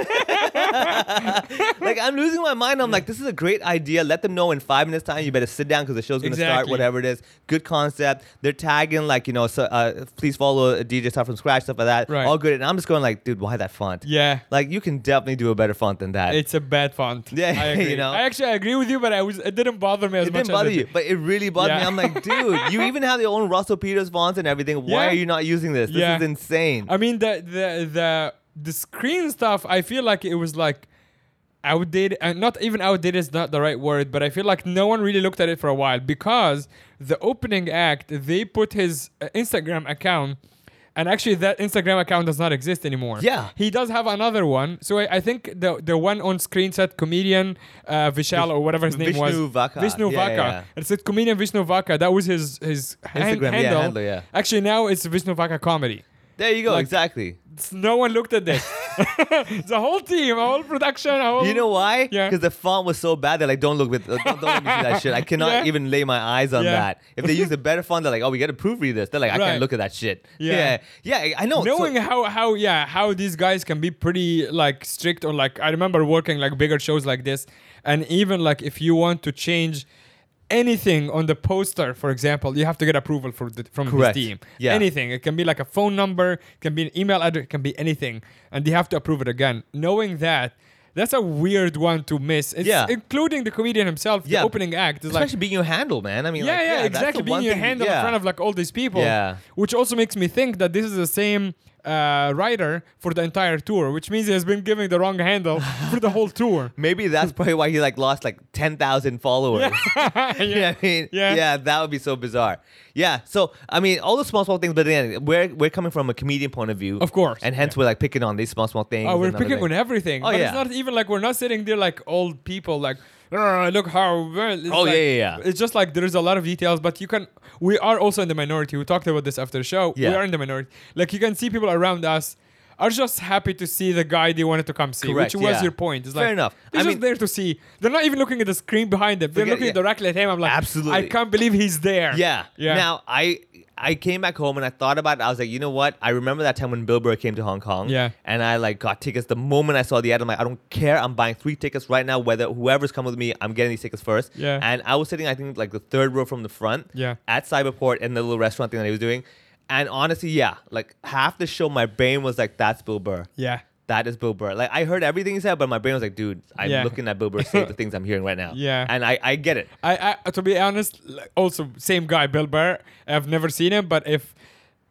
[SPEAKER 4] like I'm losing my mind. I'm like, this is a great idea. Let them know in five minutes time. You better sit down because the show's gonna start.
[SPEAKER 3] Exactly.
[SPEAKER 4] Whatever it is, good concept. They're tagging like you know, so uh, please follow DJ stuff from scratch stuff like that.
[SPEAKER 3] Right.
[SPEAKER 4] All good. And I'm just going like, dude, why that font?
[SPEAKER 3] *laughs* yeah.
[SPEAKER 4] Like you can definitely do a better font than that.
[SPEAKER 3] It's a bad font.
[SPEAKER 4] Yeah, *laughs*
[SPEAKER 3] I
[SPEAKER 4] you
[SPEAKER 3] agree.
[SPEAKER 4] know?
[SPEAKER 3] I actually agree with you, but I was it didn't bother me as
[SPEAKER 4] it
[SPEAKER 3] much.
[SPEAKER 4] didn't bother
[SPEAKER 3] as
[SPEAKER 4] you, but it really bothered me.
[SPEAKER 3] Yeah.
[SPEAKER 4] I'm like,
[SPEAKER 3] *laughs*
[SPEAKER 4] dude, you even have your own Russell Peters fonts and everything. Why
[SPEAKER 3] Yeah.
[SPEAKER 4] are you not using this? This
[SPEAKER 3] Yeah.
[SPEAKER 4] is insane.
[SPEAKER 3] I mean, the the the the screen stuff, I feel like it was like outdated and not even outdated is not the right word but i feel like no one really looked at it for a while because the opening act they put his uh, instagram account and actually that instagram account does not exist anymore
[SPEAKER 4] Yeah.
[SPEAKER 3] he does have another one so i, I think the the one on screen said comedian uh, vishal or whatever his name
[SPEAKER 4] Vishnu
[SPEAKER 3] was
[SPEAKER 4] Vaka.
[SPEAKER 3] vishnu
[SPEAKER 4] Yeah,
[SPEAKER 3] vaka
[SPEAKER 4] yeah.
[SPEAKER 3] it said comedian vishnu vaka that was his his hand-
[SPEAKER 4] Instagram, yeah,
[SPEAKER 3] handle.
[SPEAKER 4] handle, yeah.
[SPEAKER 3] actually now it's vishnu vaka comedy
[SPEAKER 4] There you go.
[SPEAKER 3] Like-
[SPEAKER 4] exactly.
[SPEAKER 3] It's- no one looked at this *laughs* the whole team our whole production our whole
[SPEAKER 4] You know why?
[SPEAKER 3] Yeah.
[SPEAKER 4] Because the font was so bad. They're like, don't look with, don't, don't let me see that shit.
[SPEAKER 3] *laughs*
[SPEAKER 4] I cannot
[SPEAKER 3] Yeah.
[SPEAKER 4] even lay my eyes on
[SPEAKER 3] Yeah.
[SPEAKER 4] that. If they use a better font, they're like, oh, we got to proofread this. They're like, I
[SPEAKER 3] Right.
[SPEAKER 4] can't look at that shit.
[SPEAKER 3] Yeah.
[SPEAKER 4] Yeah, yeah, I- I know. So-
[SPEAKER 3] knowing how how yeah how these guys can be pretty like strict or like i remember working like bigger shows like this and even like if you want to change anything on the poster for example you have to get approval for the, from
[SPEAKER 4] Correct.
[SPEAKER 3] the team
[SPEAKER 4] Yeah.
[SPEAKER 3] anything it can be like a phone number it can be an email address it can be anything and they have to approve it again knowing that that's a weird one to miss it's
[SPEAKER 4] Yeah.
[SPEAKER 3] including the comedian himself
[SPEAKER 4] Yeah.
[SPEAKER 3] the opening act is like
[SPEAKER 4] especially being your handle, man. I mean,
[SPEAKER 3] yeah,
[SPEAKER 4] like,
[SPEAKER 3] yeah,
[SPEAKER 4] that's the
[SPEAKER 3] exactly. Being
[SPEAKER 4] one
[SPEAKER 3] your
[SPEAKER 4] thing-
[SPEAKER 3] hand in
[SPEAKER 4] yeah.
[SPEAKER 3] front of like all these people.
[SPEAKER 4] Yeah.
[SPEAKER 3] Which also makes me think that this is the same uh, writer for the entire tour, which means he has been giving the wrong handle *laughs* for the whole tour.
[SPEAKER 4] Maybe that's probably why he like lost like ten thousand followers. *laughs*
[SPEAKER 3] yeah. *laughs*
[SPEAKER 4] You know what I mean,
[SPEAKER 3] Yeah.
[SPEAKER 4] that would be so bizarre. Yeah, so I mean, all the small, small things. But then we're we're coming from a comedian point of view,
[SPEAKER 3] Of course,
[SPEAKER 4] and hence we're like picking on these small, small things.
[SPEAKER 3] Oh, we're
[SPEAKER 4] and other
[SPEAKER 3] picking on
[SPEAKER 4] things.
[SPEAKER 3] everything.
[SPEAKER 4] Oh,
[SPEAKER 3] but it's
[SPEAKER 4] yeah.
[SPEAKER 3] not even like we're not sitting there like old people like "Rrr, look how well it's
[SPEAKER 4] Oh,
[SPEAKER 3] like-
[SPEAKER 4] yeah, yeah, yeah.
[SPEAKER 3] It's just like there is a lot of details, but you can we are also in the minority. We talked about this after the show. We
[SPEAKER 4] Yeah.
[SPEAKER 3] are in the minority. Like you can see people around us are just happy to see the guy they wanted to come see,
[SPEAKER 4] Correct,
[SPEAKER 3] which was
[SPEAKER 4] yeah.
[SPEAKER 3] your point. It's
[SPEAKER 4] Fair
[SPEAKER 3] like,
[SPEAKER 4] enough.
[SPEAKER 3] They're
[SPEAKER 4] I
[SPEAKER 3] just
[SPEAKER 4] mean-
[SPEAKER 3] there to see. They're not even looking at the screen behind them. They're
[SPEAKER 4] Forget-
[SPEAKER 3] looking
[SPEAKER 4] yeah.
[SPEAKER 3] directly at him. I'm like,
[SPEAKER 4] Absolutely.
[SPEAKER 3] I can't believe he's *laughs* there.
[SPEAKER 4] Yeah.
[SPEAKER 3] Yeah.
[SPEAKER 4] Now I I came back home and I thought about it. I was like, you know what? I remember that time when Bill Burr came to Hong Kong.
[SPEAKER 3] Yeah.
[SPEAKER 4] And I like got tickets the moment I saw the ad. I'm like, I don't care. I'm buying three tickets right now. Whether whoever's coming with me, I'm getting these tickets first.
[SPEAKER 3] Yeah.
[SPEAKER 4] And I was sitting, I think, like the third row from the front.
[SPEAKER 3] Yeah.
[SPEAKER 4] At Cyberport in the little restaurant thing that he was doing. And honestly, yeah, like half the show, my brain was like, that's Bill Burr.
[SPEAKER 3] yeah.
[SPEAKER 4] That is Bill Burr. Like I heard everything he said, but my brain was like, dude, I'm
[SPEAKER 3] Yeah.
[SPEAKER 4] looking at Bill Burr say
[SPEAKER 3] *laughs*
[SPEAKER 4] the things I'm hearing right now.
[SPEAKER 3] Yeah.
[SPEAKER 4] And I, I get it.
[SPEAKER 3] I, I to be honest, like, also same guy, Bill Burr. I've never seen him, but if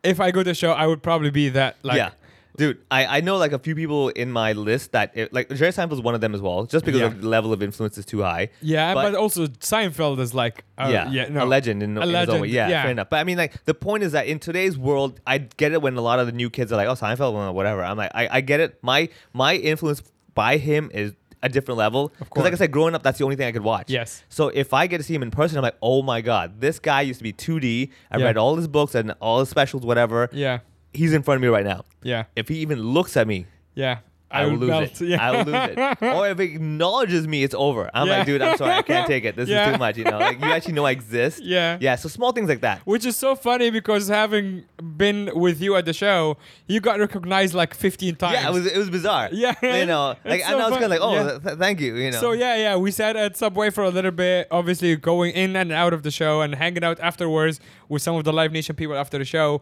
[SPEAKER 3] if I go to show, I would probably be that. Like,
[SPEAKER 4] yeah. Dude, I, I know like a few people in my list that it, like Jerry Seinfeld's one of them as well, just because
[SPEAKER 3] Yeah.
[SPEAKER 4] of the level of influence is too high.
[SPEAKER 3] yeah, but, also Seinfeld is like, uh,
[SPEAKER 4] yeah,
[SPEAKER 3] yeah, no.
[SPEAKER 4] a legend in,
[SPEAKER 3] A
[SPEAKER 4] in his own way.
[SPEAKER 3] legend,
[SPEAKER 4] Yeah,
[SPEAKER 3] yeah.
[SPEAKER 4] fair enough. But I mean, like the point is that in today's world, I get it when a lot of the new kids are like, "Oh, Seinfeld, well, whatever." I'm like, I, I get it. My my influence by him is a different level. Of like I
[SPEAKER 3] course.
[SPEAKER 4] said, growing up, that's the only thing I could watch.
[SPEAKER 3] Yes.
[SPEAKER 4] So if I get to see him in person, I'm like, "Oh my god, this guy used to be 2D. I
[SPEAKER 3] Yeah.
[SPEAKER 4] read all his books and all his specials, whatever.
[SPEAKER 3] Yeah,
[SPEAKER 4] He's in front of me right now.
[SPEAKER 3] yeah,
[SPEAKER 4] If he even looks at me,
[SPEAKER 3] yeah.
[SPEAKER 4] I, will
[SPEAKER 3] would
[SPEAKER 4] lose
[SPEAKER 3] melt,
[SPEAKER 4] it.
[SPEAKER 3] Yeah.
[SPEAKER 4] I will lose it. Or if it acknowledges me, it's over. I'm
[SPEAKER 3] Yeah.
[SPEAKER 4] like, dude, I'm sorry, I can't take it. This
[SPEAKER 3] Yeah.
[SPEAKER 4] is too much. You know, like you actually know I exist.
[SPEAKER 3] *laughs* Yeah.
[SPEAKER 4] Yeah. So small things like that.
[SPEAKER 3] *laughs* Which is so funny because having been with you at the show, you got recognized like 15 times.
[SPEAKER 4] Yeah, it was it was bizarre.
[SPEAKER 3] Yeah.
[SPEAKER 4] You
[SPEAKER 3] *laughs*
[SPEAKER 4] know,
[SPEAKER 3] It's
[SPEAKER 4] like
[SPEAKER 3] so
[SPEAKER 4] and I was kind
[SPEAKER 3] fun-
[SPEAKER 4] of like, oh,
[SPEAKER 3] yeah.
[SPEAKER 4] th- th- thank you. You know.
[SPEAKER 3] So yeah, yeah, we sat at Subway for a little bit, obviously going in and out of the show and hanging out afterwards with some of the Live Nation people after the show.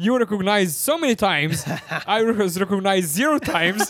[SPEAKER 3] You were recognized so many
[SPEAKER 4] *laughs*
[SPEAKER 3] times. I was recognized zero times.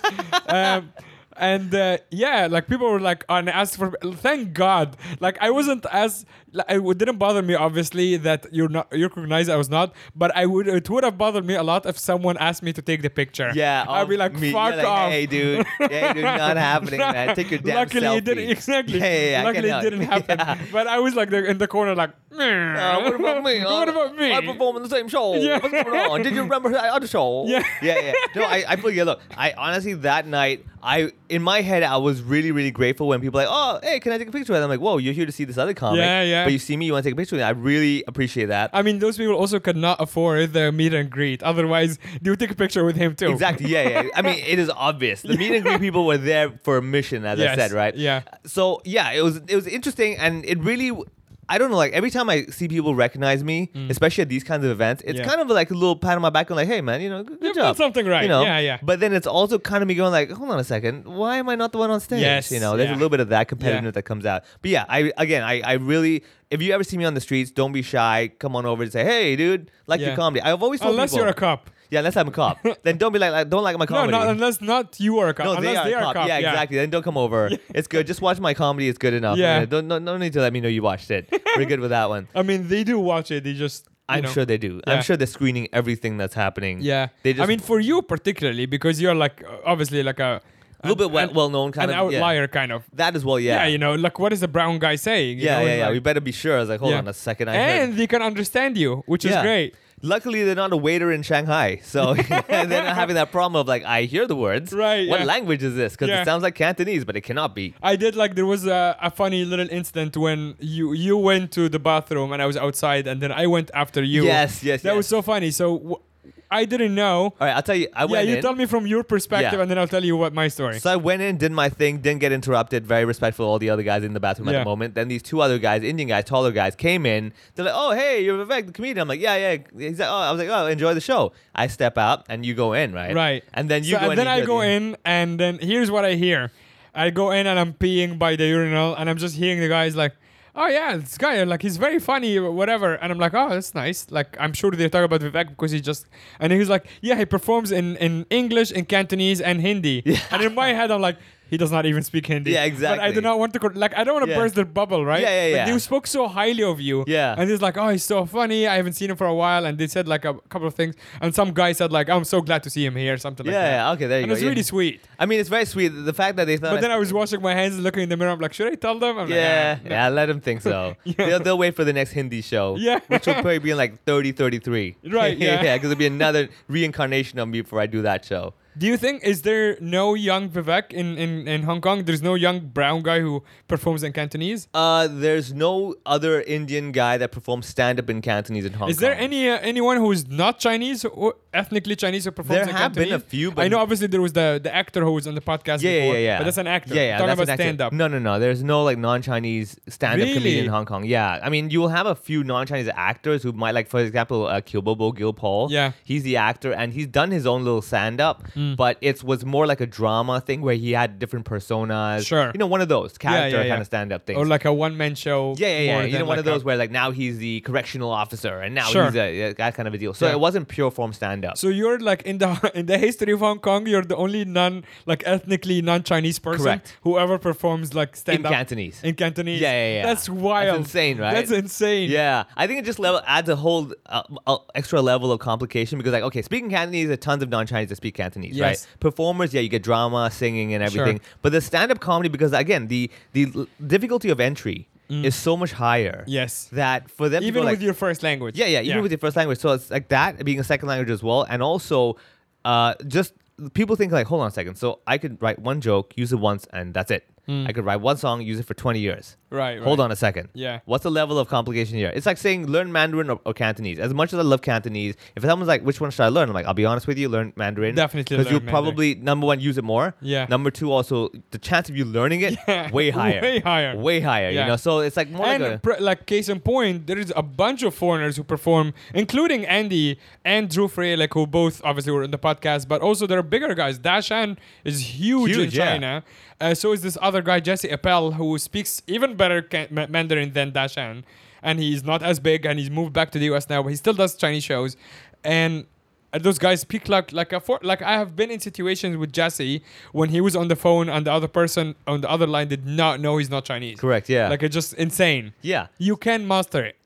[SPEAKER 3] um, and uh, yeah, like people were like, and asked for. Thank God, like I wasn't as. Like, it didn't bother me obviously that you're not you're recognized. I was not, but I would it would have bothered me a lot if someone asked me to take the picture.
[SPEAKER 4] Yeah.
[SPEAKER 3] I'd be
[SPEAKER 4] oh,
[SPEAKER 3] like,
[SPEAKER 4] me- yeah,
[SPEAKER 3] fuck off.
[SPEAKER 4] Hey,
[SPEAKER 3] *laughs*
[SPEAKER 4] dude. Yeah, dude. Not happening, man. Take your damn
[SPEAKER 3] Luckily,
[SPEAKER 4] selfie.
[SPEAKER 3] it didn't exactly.
[SPEAKER 4] Yeah, yeah, yeah, I
[SPEAKER 3] Luckily, it
[SPEAKER 4] cannot.
[SPEAKER 3] didn't happen.
[SPEAKER 4] *laughs* Yeah.
[SPEAKER 3] But I was like the, in the corner, like,
[SPEAKER 4] Uh, what about me?
[SPEAKER 3] what
[SPEAKER 4] I-
[SPEAKER 3] about me?
[SPEAKER 4] I perform in the same show.
[SPEAKER 3] Yeah.
[SPEAKER 4] What's going on? Did you remember the other show?
[SPEAKER 3] Yeah.
[SPEAKER 4] yeah, yeah. No, I, I feel yeah. Look, I honestly that night, I in my head, I was really, really grateful when people like, oh, hey, can I take a picture? And I'm like, whoa, you're here to see this other comic.
[SPEAKER 3] Yeah, yeah.
[SPEAKER 4] But you see me, you want to take a picture? with me. I really appreciate that.
[SPEAKER 3] *laughs* I mean, those people also could not afford the meet and greet. Otherwise, they would take a picture with him too.
[SPEAKER 4] Exactly. Yeah, yeah. I mean, it is obvious. The meet and greet people were there for a mission, as
[SPEAKER 3] Yes,
[SPEAKER 4] I said, right? Uh,
[SPEAKER 3] yeah.
[SPEAKER 4] So yeah, it was it was interesting, and it really. I don't know, like every time I see people recognize me, especially at these kinds of events, it's
[SPEAKER 3] Mm. Yeah.
[SPEAKER 4] kind of like a little pat on my back and like, hey man, you know, good, good
[SPEAKER 3] You've
[SPEAKER 4] job.
[SPEAKER 3] done something right.
[SPEAKER 4] You know?
[SPEAKER 3] Yeah, yeah.
[SPEAKER 4] But then it's also kind of me going like, hold on a second, why am I not the one on stage?
[SPEAKER 3] Yes,
[SPEAKER 4] You know, there's
[SPEAKER 3] yeah.
[SPEAKER 4] a little bit of that competitiveness
[SPEAKER 3] Yeah.
[SPEAKER 4] that comes out. But yeah, I again I, I really if you ever see me on the streets, don't be shy. Come on over and say, Hey dude, like
[SPEAKER 3] Yeah.
[SPEAKER 4] your comedy. I've always told
[SPEAKER 3] Unless
[SPEAKER 4] people-
[SPEAKER 3] you're a cop.
[SPEAKER 4] yeah, unless I'm a
[SPEAKER 3] *laughs*
[SPEAKER 4] cop. then don't be like, like don't like my
[SPEAKER 3] No,
[SPEAKER 4] comedy.
[SPEAKER 3] not unless not you are a cop.
[SPEAKER 4] No,
[SPEAKER 3] unless
[SPEAKER 4] a cop. Yeah, exactly. Then don't
[SPEAKER 3] *laughs*
[SPEAKER 4] come over. It's good. Just watch my comedy. It's good enough.
[SPEAKER 3] Yeah. *laughs*
[SPEAKER 4] Don't no, no need to let me know you watched it. We're good with that one.
[SPEAKER 3] I mean, they do watch it. They just
[SPEAKER 4] I'm
[SPEAKER 3] know.
[SPEAKER 4] sure they do.
[SPEAKER 3] Yeah.
[SPEAKER 4] I'm sure they're screening everything that's happening.
[SPEAKER 3] Yeah,
[SPEAKER 4] They just
[SPEAKER 3] I mean, for you particularly, because you're like uh, obviously like a
[SPEAKER 4] Little bit well- well-known kind
[SPEAKER 3] an
[SPEAKER 4] of- yeah.
[SPEAKER 3] outlier kind of.
[SPEAKER 4] that as well. Yeah.
[SPEAKER 3] Yeah. you know, like what is the brown guy saying? you
[SPEAKER 4] yeah,
[SPEAKER 3] know,
[SPEAKER 4] yeah,
[SPEAKER 3] and,
[SPEAKER 4] yeah.
[SPEAKER 3] like-
[SPEAKER 4] we better be sure. I was like, hold
[SPEAKER 3] yeah.
[SPEAKER 4] on a second. I heard-
[SPEAKER 3] and they can understand you, which
[SPEAKER 4] Yeah.
[SPEAKER 3] is great.
[SPEAKER 4] Luckily, they're not a waiter in Shanghai, so *laughs* they're not having that problem of like, I hear the words.
[SPEAKER 3] Right,
[SPEAKER 4] What
[SPEAKER 3] yeah.
[SPEAKER 4] language is this? Because
[SPEAKER 3] Yeah.
[SPEAKER 4] it sounds like Cantonese, but it cannot be.
[SPEAKER 3] I did like there was a, a funny little incident when you you went to the bathroom and I was outside and then I went after you.
[SPEAKER 4] Yes, yes,
[SPEAKER 3] That was
[SPEAKER 4] yes.
[SPEAKER 3] so funny. So w- I didn't know.
[SPEAKER 4] All right, I'll tell you. I
[SPEAKER 3] yeah,
[SPEAKER 4] went
[SPEAKER 3] you
[SPEAKER 4] in.
[SPEAKER 3] tell me from your perspective
[SPEAKER 4] Yeah.
[SPEAKER 3] and then I'll tell you what my story.
[SPEAKER 4] *laughs* So I went in, did my thing, didn't get interrupted. Very respectful. of All the other guys in the bathroom at
[SPEAKER 3] Yeah.
[SPEAKER 4] the moment. Then these two other guys, Indian guys, taller guys, came in. They're like, "Oh, hey, you're Vivek, the comedian." I'm like, "Yeah, yeah." He's like, "Oh," I was like, "Oh, enjoy the show." I step out, and you go in, right?
[SPEAKER 3] right.
[SPEAKER 4] And then you
[SPEAKER 3] So-
[SPEAKER 4] go.
[SPEAKER 3] and then
[SPEAKER 4] you
[SPEAKER 3] I
[SPEAKER 4] hear
[SPEAKER 3] go
[SPEAKER 4] the-
[SPEAKER 3] in and then here's what I hear. I go in and I'm peeing by the urinal and I'm just hearing the guys like, oh yeah, this guy like he's very funny, whatever. And I'm like, oh that's nice. Like I'm sure they talk about Vivek because he just and he's like, yeah, he performs in in English, in Cantonese, and
[SPEAKER 4] *laughs*
[SPEAKER 3] Hindi. And in my head, I'm like. He does not even speak Hindi.
[SPEAKER 4] Yeah,
[SPEAKER 3] But I do
[SPEAKER 4] exactly.
[SPEAKER 3] not want to, co- like, I don't want to
[SPEAKER 4] Yeah.
[SPEAKER 3] burst their bubble, right?
[SPEAKER 4] Yeah, yeah,
[SPEAKER 3] Like,
[SPEAKER 4] yeah.
[SPEAKER 3] they spoke so highly of you.
[SPEAKER 4] Yeah.
[SPEAKER 3] And he's like, oh, he's so funny. I haven't seen him for a while. And they said, like, a couple of things. And some guy said, like, "Oh, I'm so glad to see him here, something like
[SPEAKER 4] Yeah,
[SPEAKER 3] that.
[SPEAKER 4] yeah, okay, there you
[SPEAKER 3] and
[SPEAKER 4] go,
[SPEAKER 3] it's
[SPEAKER 4] yeah.
[SPEAKER 3] really sweet.
[SPEAKER 4] I mean, it's very sweet. The fact that they thought.
[SPEAKER 3] But then I was washing my hands and looking in the mirror. I'm like, should I tell them? I'm
[SPEAKER 4] Yeah,
[SPEAKER 3] Like, ah, no.
[SPEAKER 4] yeah, let them think
[SPEAKER 3] *laughs*
[SPEAKER 4] so. they'll, they'll wait for the next Hindi show,
[SPEAKER 3] Yeah.
[SPEAKER 4] which will probably be in like 30, 33. *laughs*
[SPEAKER 3] Right, yeah.
[SPEAKER 4] yeah, because it'll be another reincarnation of me before I do that show.
[SPEAKER 3] Do you think, is there no young Vivek in, in, in Hong Kong? There's no young brown guy who performs in Cantonese?
[SPEAKER 4] Uh, there's no other Indian guy that performs stand up in Cantonese in Hong
[SPEAKER 3] Is
[SPEAKER 4] Kong.
[SPEAKER 3] there any uh, anyone who's not Chinese or ethnically Chinese who performs?
[SPEAKER 4] There
[SPEAKER 3] in
[SPEAKER 4] have been a
[SPEAKER 3] Cantonese?
[SPEAKER 4] few, but-
[SPEAKER 3] I know obviously there was the, the actor who was on the podcast.
[SPEAKER 4] Yeah, yeah,
[SPEAKER 3] before,
[SPEAKER 4] yeah, yeah.
[SPEAKER 3] But that's an actor.
[SPEAKER 4] Yeah, yeah.
[SPEAKER 3] Talking
[SPEAKER 4] that's an
[SPEAKER 3] about
[SPEAKER 4] actor.
[SPEAKER 3] stand up.
[SPEAKER 4] No, no, no. There's no like non-Chinese stand-up comedian
[SPEAKER 3] Really?
[SPEAKER 4] in Hong Kong. Yeah, I mean, you will have a few non-Chinese actors who might like, for example, uh, Kyobobo Gil Paul.
[SPEAKER 3] Yeah. Mm.
[SPEAKER 4] he's the actor, and he's done his own little stand-up, but it was more like a drama thing where he had different personas.
[SPEAKER 3] Sure.
[SPEAKER 4] you know, one of those character
[SPEAKER 3] yeah, yeah.
[SPEAKER 4] kind of stand-up things.
[SPEAKER 3] Or like a one man show.
[SPEAKER 4] Yeah, yeah, yeah.
[SPEAKER 3] more
[SPEAKER 4] You know,
[SPEAKER 3] than
[SPEAKER 4] one
[SPEAKER 3] like
[SPEAKER 4] of those
[SPEAKER 3] a-
[SPEAKER 4] where like now he's the correctional officer, and now
[SPEAKER 3] Sure.
[SPEAKER 4] he's a, yeah, that kind of a deal. So
[SPEAKER 3] Yeah.
[SPEAKER 4] it wasn't pure form stand-up.
[SPEAKER 3] So you're like in the *laughs* in the history of Hong Kong, you're the only non like ethnically non Chinese person
[SPEAKER 4] Correct.
[SPEAKER 3] whoever performs like stand up
[SPEAKER 4] Cantonese.
[SPEAKER 3] In Cantonese.
[SPEAKER 4] Yeah, yeah, yeah.
[SPEAKER 3] That's
[SPEAKER 4] That's
[SPEAKER 3] wild.
[SPEAKER 4] insane, right?
[SPEAKER 3] That's insane.
[SPEAKER 4] Yeah, I think it just level adds a whole uh, uh, extra level of complication because, like, okay, speaking Cantonese, there are tons of non-Chinese that speak Cantonese,
[SPEAKER 3] Yes.
[SPEAKER 4] right? Performers, yeah, you get drama, singing, and
[SPEAKER 3] Sure.
[SPEAKER 4] everything. But the stand-up comedy, because again, the the l- difficulty of entry is so much higher.
[SPEAKER 3] Yes.
[SPEAKER 4] that for them to
[SPEAKER 3] Mm. Even
[SPEAKER 4] go,
[SPEAKER 3] with
[SPEAKER 4] like,
[SPEAKER 3] your first language.
[SPEAKER 4] yeah, yeah, even with your first language. So it's like that being a second language as well, and also uh, just people think like, hold on a second. So I could write one joke, use it once, and that's it.
[SPEAKER 3] Mm.
[SPEAKER 4] I could write one song, use it for twenty years.
[SPEAKER 3] Right,
[SPEAKER 4] Hold
[SPEAKER 3] right.
[SPEAKER 4] on a second.
[SPEAKER 3] Yeah.
[SPEAKER 4] What's the level of complication here? It's like saying learn Mandarin or, or Cantonese. As much as I love Cantonese, if someone's like, which one should I learn? I'm like, I'll be honest with you, learn Mandarin.
[SPEAKER 3] Definitely
[SPEAKER 4] Because you'll
[SPEAKER 3] learn Mandarin.
[SPEAKER 4] probably number one use it more.
[SPEAKER 3] Yeah.
[SPEAKER 4] Number two, also the chance of you learning it
[SPEAKER 3] *laughs* Yeah.
[SPEAKER 4] way higher.
[SPEAKER 3] Way higher.
[SPEAKER 4] Way higher.
[SPEAKER 3] Yeah.
[SPEAKER 4] You know. So it's like more
[SPEAKER 3] and
[SPEAKER 4] like a,
[SPEAKER 3] pr- like case in point, there is a bunch of foreigners who perform, including Andy and Drew Freilich, who both obviously were in the podcast, but also there are bigger guys. Dashan is huge, in
[SPEAKER 4] Huge, yeah.
[SPEAKER 3] China. Uh, so is this other guy, Jesse Appel, who speaks even better ca- Ma- Mandarin than Dashan. And he's not as big and he's moved back to the US now, but he still does Chinese shows. And uh, those guys speak like like a for, like I have been in situations with Jesse when he was on the phone and the other person on the other line did not know he's not Chinese.
[SPEAKER 4] Correct, yeah.
[SPEAKER 3] Like it's just insane.
[SPEAKER 4] Yeah.
[SPEAKER 3] You can master it.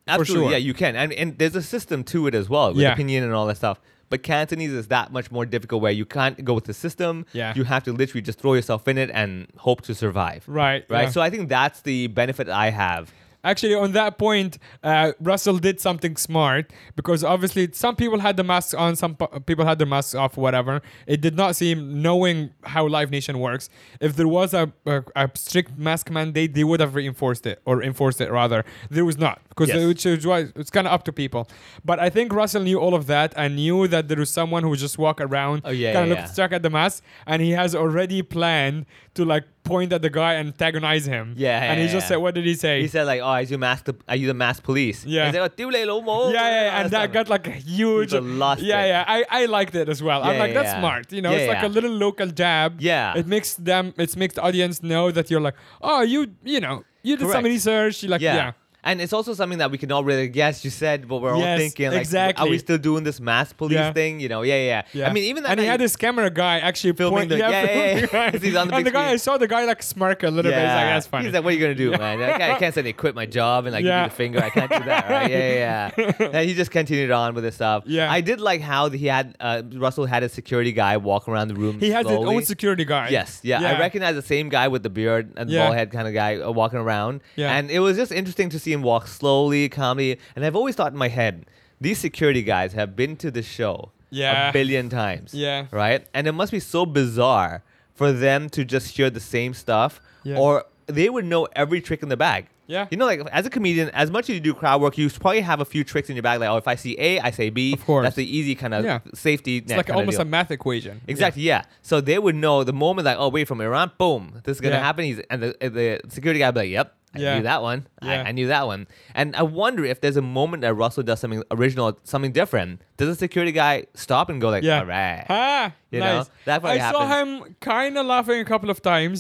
[SPEAKER 3] For
[SPEAKER 4] Absolutely,
[SPEAKER 3] sure.
[SPEAKER 4] yeah, you can, and and there's a system to it as well, with
[SPEAKER 3] Yeah.
[SPEAKER 4] opinion and all that stuff. But Cantonese is that much more difficult, where you can't go with the system.
[SPEAKER 3] Yeah.
[SPEAKER 4] you have to literally just throw yourself in it and hope to survive.
[SPEAKER 3] Right,
[SPEAKER 4] right.
[SPEAKER 3] yeah.
[SPEAKER 4] So I think that's the benefit I have.
[SPEAKER 3] Actually, on that point, uh, Russell did something smart because obviously some people had the masks on, some pu- people had their masks off, whatever. It did not seem, knowing how Live Nation works, if there was a, a, a strict mask mandate, they would have reinforced it or enforced it rather. There was not because
[SPEAKER 4] Yes.
[SPEAKER 3] it would which is why it's kind of up to people. But I think Russell knew all of that and knew that there was someone who would just walk around,
[SPEAKER 4] Oh, yeah,
[SPEAKER 3] kind of
[SPEAKER 4] yeah,
[SPEAKER 3] looked
[SPEAKER 4] yeah.
[SPEAKER 3] stuck at the mask, and he has already planned to like point at the guy and antagonize him.
[SPEAKER 4] Yeah,
[SPEAKER 3] and he
[SPEAKER 4] yeah,
[SPEAKER 3] just
[SPEAKER 4] yeah.
[SPEAKER 3] said, "What did he say?"
[SPEAKER 4] He said like, "Oh, I use mask. The, I use the mask police."
[SPEAKER 3] Yeah.
[SPEAKER 4] He said, "Oh, "Tule lo mo."
[SPEAKER 3] yeah, yeah,
[SPEAKER 4] All
[SPEAKER 3] and that
[SPEAKER 4] stuff.
[SPEAKER 3] got like a huge.
[SPEAKER 4] People lost
[SPEAKER 3] yeah,
[SPEAKER 4] it.
[SPEAKER 3] yeah. I, I liked it as well. I'm
[SPEAKER 4] Yeah,
[SPEAKER 3] like,
[SPEAKER 4] yeah,
[SPEAKER 3] that's
[SPEAKER 4] yeah.
[SPEAKER 3] smart. You know,
[SPEAKER 4] Yeah,
[SPEAKER 3] it's like
[SPEAKER 4] yeah.
[SPEAKER 3] a little local jab.
[SPEAKER 4] Yeah.
[SPEAKER 3] It makes them, it's makes the audience know that you're like, oh, you, you know, you did some
[SPEAKER 4] Correct.
[SPEAKER 3] research. You like, yeah.
[SPEAKER 4] yeah. And it's also something that we can all really yes, you said, but we're all
[SPEAKER 3] Yes,
[SPEAKER 4] thinking like,
[SPEAKER 3] exactly.
[SPEAKER 4] are we still doing this mass police
[SPEAKER 3] Yeah.
[SPEAKER 4] thing? You know, yeah, yeah, yeah. I mean, even that
[SPEAKER 3] and he
[SPEAKER 4] night-
[SPEAKER 3] had his camera guy actually
[SPEAKER 4] Filming
[SPEAKER 3] point-
[SPEAKER 4] the- yeah, yeah,
[SPEAKER 3] filming
[SPEAKER 4] yeah.
[SPEAKER 3] *laughs* the guy.
[SPEAKER 4] He's on the
[SPEAKER 3] and
[SPEAKER 4] big
[SPEAKER 3] the guy I
[SPEAKER 4] screen.
[SPEAKER 3] saw the guy like smirk a little bit. He's like, that's funny.
[SPEAKER 4] He's like, what are you gonna do, man? Like, I can't send a quit my job and like
[SPEAKER 3] Yeah.
[SPEAKER 4] give you the finger. I can't do that, right? Yeah, yeah.
[SPEAKER 3] *laughs*
[SPEAKER 4] yeah. and he just continued on with his stuff.
[SPEAKER 3] Yeah.
[SPEAKER 4] I did like how he had uh, Russell had a security guy walk around the room.
[SPEAKER 3] he has his
[SPEAKER 4] slowly.
[SPEAKER 3] own security guy.
[SPEAKER 4] Yes, yeah, I recognize the same guy with the beard and
[SPEAKER 3] Yeah.
[SPEAKER 4] bald head kind of guy uh, walking around.
[SPEAKER 3] Yeah.
[SPEAKER 4] And it was just interesting to see him walk slowly, calmly. And I've always thought in my head, these security guys have been to the show
[SPEAKER 3] Yeah.
[SPEAKER 4] a billion times.
[SPEAKER 3] Yeah.
[SPEAKER 4] Right? And it must be so bizarre for them to just hear the same stuff
[SPEAKER 3] Yeah.
[SPEAKER 4] or they would know every trick in the bag.
[SPEAKER 3] Yeah.
[SPEAKER 4] You know, like as a comedian, as much as you do crowd work, you probably have a few tricks in your bag. Like, oh, if I see A, I say B.
[SPEAKER 3] Of course.
[SPEAKER 4] That's the easy kind of
[SPEAKER 3] Yeah.
[SPEAKER 4] safety net.
[SPEAKER 3] It's like
[SPEAKER 4] kinda
[SPEAKER 3] almost
[SPEAKER 4] deal.
[SPEAKER 3] a math equation.
[SPEAKER 4] Exactly. Yeah. So they would know the moment like, oh wait, from Iran, boom, this is gonna
[SPEAKER 3] Yeah.
[SPEAKER 4] happen. He's and the, the security guy would be like, yep, I
[SPEAKER 3] Yeah.
[SPEAKER 4] knew that one.
[SPEAKER 3] Yeah.
[SPEAKER 4] I, I knew that one. And I wonder if there's a moment that Russell does something original, something different. Does the security guy stop and go like,
[SPEAKER 3] Yeah.
[SPEAKER 4] all right?
[SPEAKER 3] Ah,
[SPEAKER 4] You know,
[SPEAKER 3] nice.
[SPEAKER 4] that
[SPEAKER 3] I
[SPEAKER 4] probably
[SPEAKER 3] saw him kind of laughing a couple of times,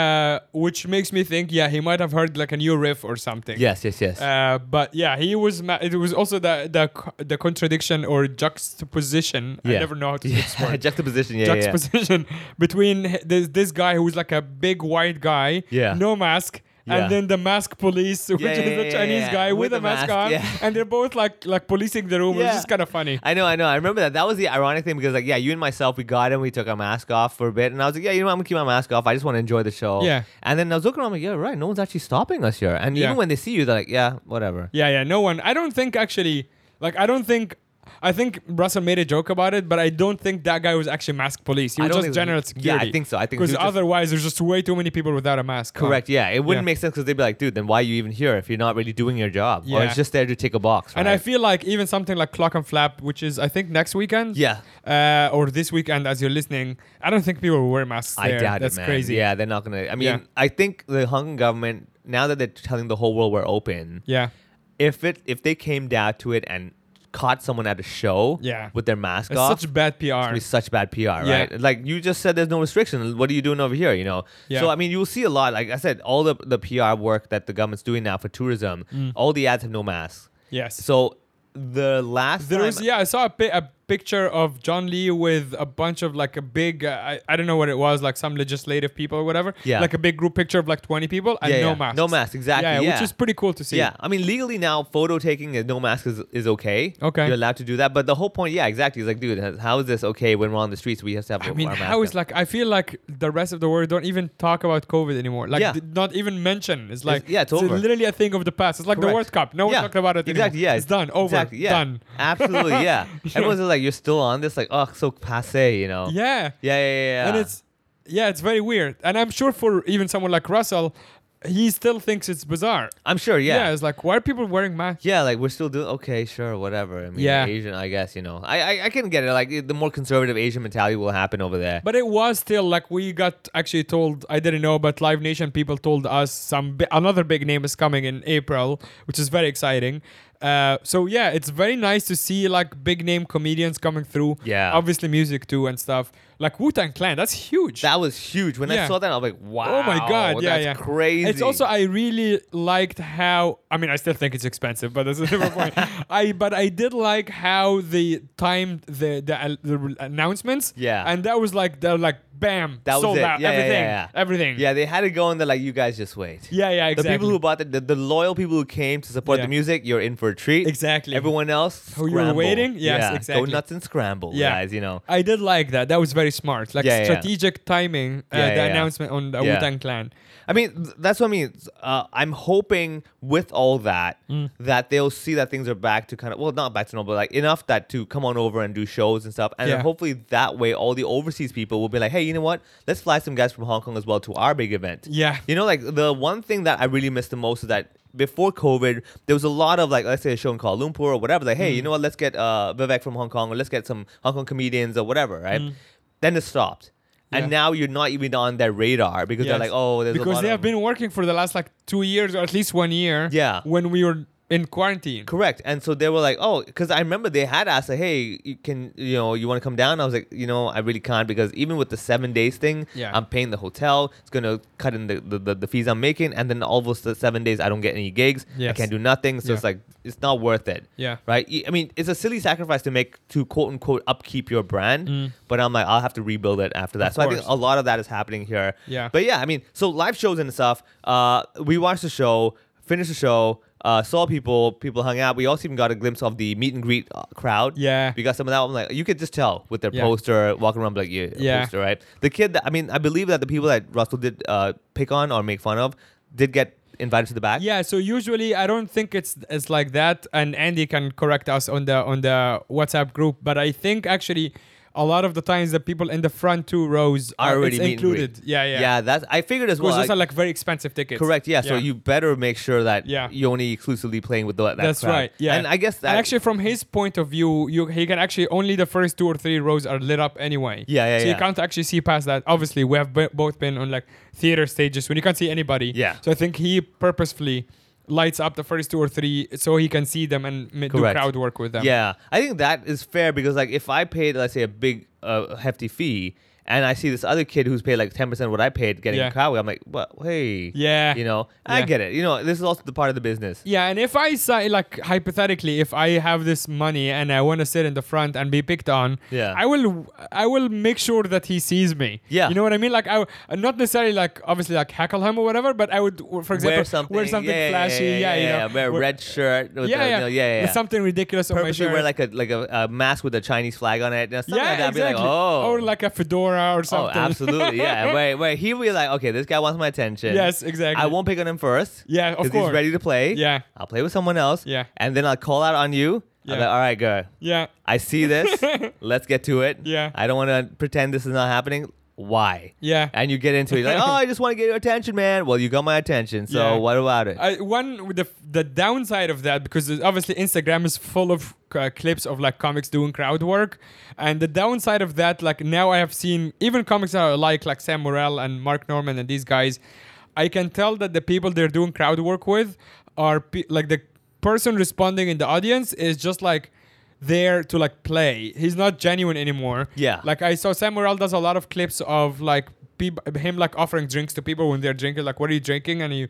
[SPEAKER 3] uh, which makes me think, yeah, he might have heard like a new riff or something.
[SPEAKER 4] Yes. Yes. Yes.
[SPEAKER 3] Uh, but yeah, he was. Ma- it was also the the co- the contradiction or juxtaposition. I
[SPEAKER 4] Yeah.
[SPEAKER 3] never know how to say this
[SPEAKER 4] *laughs* yeah.
[SPEAKER 3] word.
[SPEAKER 4] Juxtaposition. Yeah. yeah.
[SPEAKER 3] juxtaposition *laughs* between h- this this guy who's like a big white guy,
[SPEAKER 4] Yeah.
[SPEAKER 3] no mask.
[SPEAKER 4] Yeah.
[SPEAKER 3] And then the mask police, *laughs* which
[SPEAKER 4] Yeah,
[SPEAKER 3] is
[SPEAKER 4] yeah,
[SPEAKER 3] the
[SPEAKER 4] yeah,
[SPEAKER 3] Chinese
[SPEAKER 4] yeah.
[SPEAKER 3] guy with, a mask, on,
[SPEAKER 4] yeah.
[SPEAKER 3] and they're both like like policing the room, which
[SPEAKER 4] Yeah.
[SPEAKER 3] is kind of funny.
[SPEAKER 4] I know, I know. I remember that. That was the ironic thing because, like, yeah, you and myself, we got in, we took our mask off for a bit, and I was like, yeah, you know, what? I'm gonna keep my mask off. I just want to enjoy the show.
[SPEAKER 3] Yeah.
[SPEAKER 4] And then I was looking around, like, yeah, right. No one's actually stopping us here. And
[SPEAKER 3] Yeah.
[SPEAKER 4] even when they see you, they're like, yeah, whatever.
[SPEAKER 3] Yeah, yeah, no one. I don't think actually, like, I don't think. I think Russell made a joke about it, but I don't think that guy was actually mask police. He
[SPEAKER 4] I
[SPEAKER 3] was
[SPEAKER 4] don't
[SPEAKER 3] just
[SPEAKER 4] think-
[SPEAKER 3] general
[SPEAKER 4] yeah, I
[SPEAKER 3] security.
[SPEAKER 4] think so. I think he
[SPEAKER 3] because
[SPEAKER 4] was just-
[SPEAKER 3] otherwise, there's just way too many people without a mask. on.
[SPEAKER 4] Correct. Yeah, it wouldn't
[SPEAKER 3] Yeah.
[SPEAKER 4] make sense because they'd be like, dude, then why are you even here if you're not really doing your job? Or
[SPEAKER 3] Yeah.
[SPEAKER 4] it's just there to take a box.
[SPEAKER 3] And
[SPEAKER 4] right?
[SPEAKER 3] I feel like even something like Clock and Flap, which is I think next weekend.
[SPEAKER 4] Yeah.
[SPEAKER 3] Uh, or this weekend, as you're listening, I don't think people will wear masks.
[SPEAKER 4] I
[SPEAKER 3] there.
[SPEAKER 4] doubt
[SPEAKER 3] That's
[SPEAKER 4] it, man.
[SPEAKER 3] crazy.
[SPEAKER 4] Yeah, they're not gonna. I mean,
[SPEAKER 3] Yeah.
[SPEAKER 4] I think the Hong Kong government now that they're telling the whole world we're open,
[SPEAKER 3] Yeah.
[SPEAKER 4] if it if they came down to it and caught someone at a show,
[SPEAKER 3] Yeah.
[SPEAKER 4] with their mask
[SPEAKER 3] It's
[SPEAKER 4] off,
[SPEAKER 3] such bad
[SPEAKER 4] It's
[SPEAKER 3] PR.
[SPEAKER 4] gonna be such bad PR, right? Like you just said, there's no restriction. What are you doing over here? You know.
[SPEAKER 3] Yeah.
[SPEAKER 4] So I mean, you'll see a lot. Like I said, all the the PR work that the government's doing now for tourism,
[SPEAKER 3] Mm.
[SPEAKER 4] all the ads have no masks.
[SPEAKER 3] Yes.
[SPEAKER 4] So the last
[SPEAKER 3] There
[SPEAKER 4] time-
[SPEAKER 3] was yeah, I saw a, pi- a picture of John Lee with a bunch of like a big uh, I, I don't know what it was like some legislative people or whatever.
[SPEAKER 4] Yeah.
[SPEAKER 3] like a big group picture of like twenty people and
[SPEAKER 4] Yeah,
[SPEAKER 3] no
[SPEAKER 4] yeah.
[SPEAKER 3] masks.
[SPEAKER 4] No masks, exactly,
[SPEAKER 3] Yeah, which
[SPEAKER 4] yeah.
[SPEAKER 3] is pretty cool to see.
[SPEAKER 4] Yeah, I mean legally now, photo taking and no mask is, is okay.
[SPEAKER 3] Okay.
[SPEAKER 4] you're allowed to do that. But the whole point, yeah, exactly. It's like, dude, how is this okay when we're on the streets? We have to have.
[SPEAKER 3] I mean,
[SPEAKER 4] our mask
[SPEAKER 3] how is
[SPEAKER 4] on?
[SPEAKER 3] like I feel like the rest of the world don't even talk about COVID anymore. Like,
[SPEAKER 4] Yeah.
[SPEAKER 3] d- not even mention. It's like
[SPEAKER 4] yeah, it's over.
[SPEAKER 3] literally a thing of the past. It's like the
[SPEAKER 4] Correct.
[SPEAKER 3] World Cup. No one
[SPEAKER 4] Yeah,
[SPEAKER 3] talked about it.
[SPEAKER 4] Exactly.
[SPEAKER 3] anymore.
[SPEAKER 4] Yeah.
[SPEAKER 3] it's done. Over.
[SPEAKER 4] Exactly. Yeah.
[SPEAKER 3] Done.
[SPEAKER 4] Absolutely.
[SPEAKER 3] *laughs*
[SPEAKER 4] Yeah. Everyone's just like, you're still on this. Like, oh, so passe. You know.
[SPEAKER 3] Yeah.
[SPEAKER 4] Yeah. Yeah. Yeah. yeah.
[SPEAKER 3] and it's yeah, it's very weird. And I'm sure for even someone like Russell, he still thinks it's bizarre.
[SPEAKER 4] I'm sure.
[SPEAKER 3] Yeah, it's like why are people wearing masks?
[SPEAKER 4] Yeah, like we're still doing okay, sure, whatever. I mean,
[SPEAKER 3] Yeah.
[SPEAKER 4] Asian, I guess you know. I, I I can get it. Like the more conservative Asian mentality will happen over there.
[SPEAKER 3] But it was still like we got actually told. I didn't know, but Live Nation people told us some bi- another big name is coming in April, which is very exciting. Uh, so yeah, it's very nice to see like big name comedians coming through.
[SPEAKER 4] Yeah.
[SPEAKER 3] obviously music too and stuff like Wu Tang Clan. That's huge.
[SPEAKER 4] that was huge. When
[SPEAKER 3] Yeah.
[SPEAKER 4] I saw that, I was like, wow.
[SPEAKER 3] Oh my god! Yeah,
[SPEAKER 4] that's
[SPEAKER 3] yeah,
[SPEAKER 4] crazy.
[SPEAKER 3] It's also I really liked how I mean I still think it's expensive, but that's a different
[SPEAKER 4] *laughs*
[SPEAKER 3] point. I but I did like how they timed the the, uh, the announcements.
[SPEAKER 4] Yeah.
[SPEAKER 3] and that was like they're like bam
[SPEAKER 4] that was
[SPEAKER 3] sold
[SPEAKER 4] it.
[SPEAKER 3] out
[SPEAKER 4] Yeah, yeah,
[SPEAKER 3] everything
[SPEAKER 4] yeah, yeah.
[SPEAKER 3] everything
[SPEAKER 4] Yeah, they had it going. They're like, you guys just wait.
[SPEAKER 3] yeah yeah exactly.
[SPEAKER 4] The people who bought the, the the loyal people who came to support
[SPEAKER 3] Yeah.
[SPEAKER 4] the music, you're in for a treat.
[SPEAKER 3] Exactly.
[SPEAKER 4] Everyone else,
[SPEAKER 3] Who you were
[SPEAKER 4] scramble.
[SPEAKER 3] waiting? Yes,
[SPEAKER 4] yeah.
[SPEAKER 3] exactly.
[SPEAKER 4] Go nuts and scramble,
[SPEAKER 3] Yeah.
[SPEAKER 4] guys. You know.
[SPEAKER 3] I did like that. That was very smart, like
[SPEAKER 4] Yeah, yeah.
[SPEAKER 3] strategic timing. Uh,
[SPEAKER 4] Yeah,
[SPEAKER 3] the
[SPEAKER 4] yeah, yeah.
[SPEAKER 3] announcement on the
[SPEAKER 4] Yeah.
[SPEAKER 3] Wu Tang Clan.
[SPEAKER 4] I mean, th- that's what I mean. It's, Uh, I'm hoping with all that
[SPEAKER 3] Mm.
[SPEAKER 4] that they'll see that things are back to kind of well, not back to normal, but like enough that to come on over and do shows and stuff. And
[SPEAKER 3] Yeah.
[SPEAKER 4] then hopefully that way, all the overseas people will be like, hey, you know what? Let's fly some guys from Hong Kong as well to our big event.
[SPEAKER 3] Yeah.
[SPEAKER 4] You know, like the one thing that I really miss the most is that before COVID, there was a lot of like, let's say a show in Kuala Lumpur or whatever. Like,
[SPEAKER 3] Mm.
[SPEAKER 4] hey, you know what? Let's get uh, Vivek from Hong Kong or let's get some Hong Kong comedians or whatever, right? Then it stopped.
[SPEAKER 3] Mm. Yeah.
[SPEAKER 4] And now you're not even on their radar because
[SPEAKER 3] Yes.
[SPEAKER 4] they're like, oh, there's a
[SPEAKER 3] because
[SPEAKER 4] lot
[SPEAKER 3] they
[SPEAKER 4] of
[SPEAKER 3] have been working for the last like two years or at least one year.
[SPEAKER 4] Yeah.
[SPEAKER 3] when we were in quarantine.
[SPEAKER 4] Correct. And so they were like, oh, because I remember they had asked, like, hey, you can, you know, you want to come down? I was like, you know, I really can't because even with the seven days thing,
[SPEAKER 3] Yeah.
[SPEAKER 4] I'm paying the hotel. It's going to cut in the, the, the, the fees I'm making. And then all those seven days, I don't get any gigs. I
[SPEAKER 3] Yes.
[SPEAKER 4] can't do nothing. So
[SPEAKER 3] Yeah.
[SPEAKER 4] it's like, it's not worth it.
[SPEAKER 3] Yeah.
[SPEAKER 4] Right. Y- I mean, it's a silly sacrifice to make to quote unquote upkeep your brand. But I'm like, I'll have to rebuild it after that.
[SPEAKER 3] Mm. Of
[SPEAKER 4] so I think
[SPEAKER 3] course.
[SPEAKER 4] a lot of that is happening here.
[SPEAKER 3] Yeah.
[SPEAKER 4] But yeah, I mean, so live shows and stuff. Uh, we watched the show, finished the show, uh, saw people, people hung out. We also even got a glimpse of the meet and greet uh, crowd.
[SPEAKER 3] Yeah.
[SPEAKER 4] We got some of that. I'm like, you could just tell with their
[SPEAKER 3] Yeah.
[SPEAKER 4] poster walking around like yeah,
[SPEAKER 3] Yeah.
[SPEAKER 4] poster, right? The kid. That, I mean, I believe that the people that Russell did uh, pick on or make fun of did get invited to the back.
[SPEAKER 3] Yeah, so usually I don't think it's it's like that, and Andy can correct us on the on the WhatsApp group. But I think actually, a lot of the times the people in the front two rows
[SPEAKER 4] Are
[SPEAKER 3] are
[SPEAKER 4] already
[SPEAKER 3] Uh, it's
[SPEAKER 4] meet and greet.
[SPEAKER 3] included. Yeah, yeah,
[SPEAKER 4] Yeah, that's. I figured as well.
[SPEAKER 3] Because those
[SPEAKER 4] I-
[SPEAKER 3] are like very expensive tickets.
[SPEAKER 4] Correct. Yeah. So you better make sure that
[SPEAKER 3] Yeah.
[SPEAKER 4] you're only exclusively playing with the, that.
[SPEAKER 3] That's
[SPEAKER 4] crowd.
[SPEAKER 3] right. Yeah.
[SPEAKER 4] And I guess that
[SPEAKER 3] And actually from his point of view, you he can actually only the first two or three rows are lit up anyway.
[SPEAKER 4] Yeah, yeah,
[SPEAKER 3] So
[SPEAKER 4] yeah.
[SPEAKER 3] you can't actually see past that. Obviously, we have b- both been on like theater stages when you can't see anybody.
[SPEAKER 4] Yeah.
[SPEAKER 3] So I think he purposefully lights up the first two or three so he can see them and ma- do
[SPEAKER 4] Correct.
[SPEAKER 3] crowd work with them.
[SPEAKER 4] Yeah, I think that is fair because like if I paid let's say a big uh, hefty fee and I see this other kid who's paid like ten percent what I paid getting
[SPEAKER 3] Yeah.
[SPEAKER 4] a crowd, I'm like, well, hey,
[SPEAKER 3] Yeah.
[SPEAKER 4] you know, I
[SPEAKER 3] Yeah.
[SPEAKER 4] get it. You know, this is also the part of the business.
[SPEAKER 3] Yeah, and if I say like hypothetically, if I have this money and I want to sit in the front and be picked on,
[SPEAKER 4] Yeah.
[SPEAKER 3] I will, I will make sure that he sees me.
[SPEAKER 4] Yeah.
[SPEAKER 3] you know what I mean. Like I, w- not necessarily like obviously like heckle him or whatever, but I would, for example,
[SPEAKER 4] wear something, yeah,
[SPEAKER 3] flashy. Yeah,
[SPEAKER 4] yeah,
[SPEAKER 3] you know,
[SPEAKER 4] wear a red shirt. With
[SPEAKER 3] Yeah,
[SPEAKER 4] the,
[SPEAKER 3] yeah,
[SPEAKER 4] you know, yeah, yeah.
[SPEAKER 3] With something ridiculous on my
[SPEAKER 4] Purposely
[SPEAKER 3] shirt.
[SPEAKER 4] wear like a like a, a mask with a Chinese flag on it. You know, something
[SPEAKER 3] yeah,
[SPEAKER 4] like that. I'd
[SPEAKER 3] exactly.
[SPEAKER 4] Be like, oh,
[SPEAKER 3] Or like a fedora or
[SPEAKER 4] oh,
[SPEAKER 3] something.
[SPEAKER 4] absolutely,
[SPEAKER 3] *laughs*
[SPEAKER 4] yeah. Where where he will be like, okay, this guy wants my attention.
[SPEAKER 3] Yes, exactly.
[SPEAKER 4] I won't pick on him first.
[SPEAKER 3] Yeah, of
[SPEAKER 4] 'cause
[SPEAKER 3] course.
[SPEAKER 4] he's ready to play.
[SPEAKER 3] Yeah.
[SPEAKER 4] I'll play with someone else.
[SPEAKER 3] Yeah.
[SPEAKER 4] And then I'll call out on you.
[SPEAKER 3] Yeah.
[SPEAKER 4] Yeah. I'll be like, all right, girl.
[SPEAKER 3] yeah,
[SPEAKER 4] I see
[SPEAKER 3] *laughs*
[SPEAKER 4] this. Let's get to it.
[SPEAKER 3] Yeah.
[SPEAKER 4] I don't want to pretend this is not happening. Why?
[SPEAKER 3] yeah.
[SPEAKER 4] And you get into
[SPEAKER 3] *laughs*
[SPEAKER 4] it. You're like, oh, I just want to get your attention, man. Well, you got my attention. So
[SPEAKER 3] Yeah.
[SPEAKER 4] what about it?
[SPEAKER 3] I, one with the the downside of that because there's- obviously Instagram is full of uh, clips of like comics doing crowd work, and the downside of that like now I have seen even comics that I like like Sam Morrell and Mark Norman and these guys, I can tell that the people they're doing crowd work with are pe- like the person responding in the audience is just like there to like play. He's not genuine anymore.
[SPEAKER 4] Yeah.
[SPEAKER 3] Like I saw Sam Morril does a lot of clips of like peop him like offering drinks to people when they're drinking. Like, what are you drinking? And he,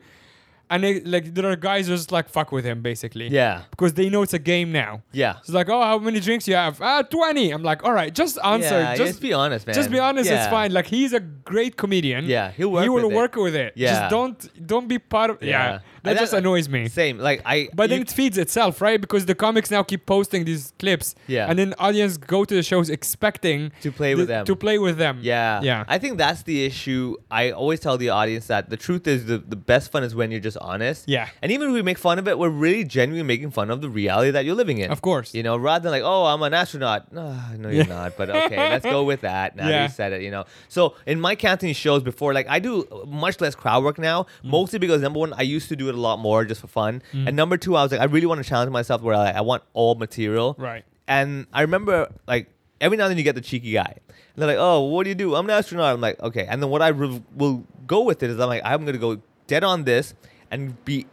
[SPEAKER 3] and it, like there are guys just like fuck with him basically.
[SPEAKER 4] Yeah.
[SPEAKER 3] Because they know it's a game now.
[SPEAKER 4] Yeah.
[SPEAKER 3] It's like, oh, how many drinks you have? Ah, twenty. I'm like, all right, just answer.
[SPEAKER 4] Yeah,
[SPEAKER 3] just
[SPEAKER 4] just be honest, man.
[SPEAKER 3] Just be honest. It's
[SPEAKER 4] Yeah.
[SPEAKER 3] fine. Like he's a great comedian.
[SPEAKER 4] Yeah, he'll work
[SPEAKER 3] He will
[SPEAKER 4] with it.
[SPEAKER 3] work with it.
[SPEAKER 4] Yeah.
[SPEAKER 3] Just don't don't be part of. Yeah.
[SPEAKER 4] And uh,
[SPEAKER 3] That, just annoys me.
[SPEAKER 4] Same. Like I.
[SPEAKER 3] But then
[SPEAKER 4] you-
[SPEAKER 3] it feeds itself, right? Because the comics now keep posting these clips,
[SPEAKER 4] Yeah.
[SPEAKER 3] and then audience go to the shows expecting
[SPEAKER 4] To play with them.
[SPEAKER 3] To play with them,
[SPEAKER 4] Yeah.
[SPEAKER 3] yeah.
[SPEAKER 4] I think that's the issue. I always tell the audience that the truth is the, the best fun is when you're just honest.
[SPEAKER 3] Yeah.
[SPEAKER 4] And even if we make fun of it, we're really genuinely making fun of the reality that you're living in.
[SPEAKER 3] Of course.
[SPEAKER 4] You know, rather than like, oh, I'm an astronaut. No,
[SPEAKER 3] *laughs*
[SPEAKER 4] no, you're not. But okay, let's go with that. Now that
[SPEAKER 3] Yeah.
[SPEAKER 4] you said it, you know. So in my counting shows before, like I do much less crowd work now,
[SPEAKER 3] Mm.
[SPEAKER 4] mostly because number one, I used to do it a lot more just for fun. And number two, I was like, I really want to challenge myself where like, I want all material.
[SPEAKER 3] Right.
[SPEAKER 4] And I remember like every now and then you get the cheeky guy. And they're like, "Oh, what do you do? I'm an astronaut." I'm like, "Okay." And then what I re- will go with it is I'm like, "I'm gonna go dead on this and be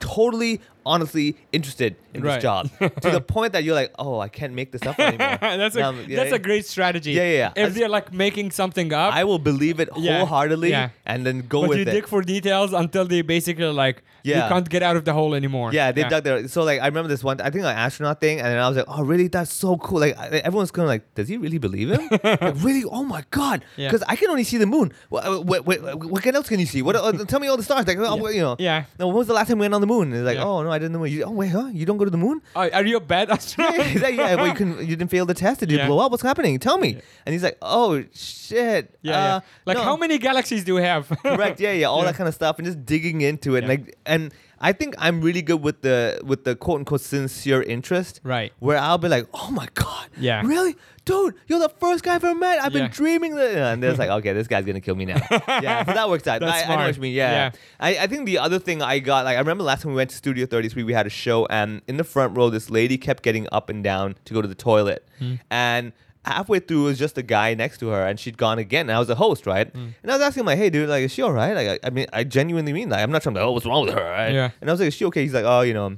[SPEAKER 4] totally, honestly interested in
[SPEAKER 3] Right. *laughs*
[SPEAKER 4] this job to the point that you're like, "Oh, I can't make this up anymore."
[SPEAKER 3] *laughs* that's a
[SPEAKER 4] And I'm-
[SPEAKER 3] that's a great strategy.
[SPEAKER 4] Yeah, yeah, yeah.
[SPEAKER 3] If they're like making something up,
[SPEAKER 4] I will believe it
[SPEAKER 3] Yeah,
[SPEAKER 4] wholeheartedly
[SPEAKER 3] yeah.
[SPEAKER 4] and then go
[SPEAKER 3] but
[SPEAKER 4] with
[SPEAKER 3] you
[SPEAKER 4] it.
[SPEAKER 3] dig for details until they basically like
[SPEAKER 4] Yeah.
[SPEAKER 3] you can't get out of the hole anymore.
[SPEAKER 4] Yeah, they dug their. So like, I remember this one. I think an astronaut thing, and then I was like, "Oh, really? That's so cool!" Like, I- everyone's kind of like, "Does he really believe
[SPEAKER 3] *laughs*
[SPEAKER 4] him? Like, really? Oh my god!"
[SPEAKER 3] Yeah.
[SPEAKER 4] Because I can only see the moon. What, what, what, what else can you see? What?
[SPEAKER 3] *laughs*
[SPEAKER 4] Uh, tell me all the stars. Like, oh, you know.
[SPEAKER 3] Yeah.
[SPEAKER 4] No, when was the last time we went on the moon? And it's like,
[SPEAKER 3] Yeah.
[SPEAKER 4] oh no, I didn't. know. You, oh wait, huh? You don't go to
[SPEAKER 3] *laughs*
[SPEAKER 4] the moon? *laughs*
[SPEAKER 3] Are, are you a bad astronaut?
[SPEAKER 4] he's
[SPEAKER 3] *laughs*
[SPEAKER 4] like, yeah, well, you couldn't, you didn't fail the test. Did you
[SPEAKER 3] Yeah.
[SPEAKER 4] blow up? What's happening? Tell me. And he's like, oh shit.
[SPEAKER 3] yeah,
[SPEAKER 4] uh,
[SPEAKER 3] yeah. Like
[SPEAKER 4] no."
[SPEAKER 3] how many galaxies do we have?
[SPEAKER 4] correct yeah yeah all
[SPEAKER 3] Yeah.
[SPEAKER 4] that kind of stuff and just digging into it
[SPEAKER 3] Yeah.
[SPEAKER 4] like and i think i'm really good with the with the quote unquote sincere interest
[SPEAKER 3] Right.
[SPEAKER 4] where i'll be like oh my god
[SPEAKER 3] Yeah.
[SPEAKER 4] really dude you're the first guy i've ever met i've
[SPEAKER 3] Yeah.
[SPEAKER 4] been dreaming that and it's like okay this guy's gonna kill
[SPEAKER 3] *laughs*
[SPEAKER 4] me now yeah so that works out
[SPEAKER 3] That's
[SPEAKER 4] I, I know
[SPEAKER 3] smart.
[SPEAKER 4] what you mean yeah,
[SPEAKER 3] Yeah.
[SPEAKER 4] I, I think the other thing i got like i remember last time we went to studio 33 we had a show and in the front row this lady kept getting up and down to go to the toilet and halfway through it was just a guy next to her and she'd gone again and I was a host right and I was asking him like hey dude like is she all right like I, I mean I genuinely mean that I'm not trying to oh what's wrong with her right
[SPEAKER 3] Yeah.
[SPEAKER 4] and I was like is she okay he's like oh you know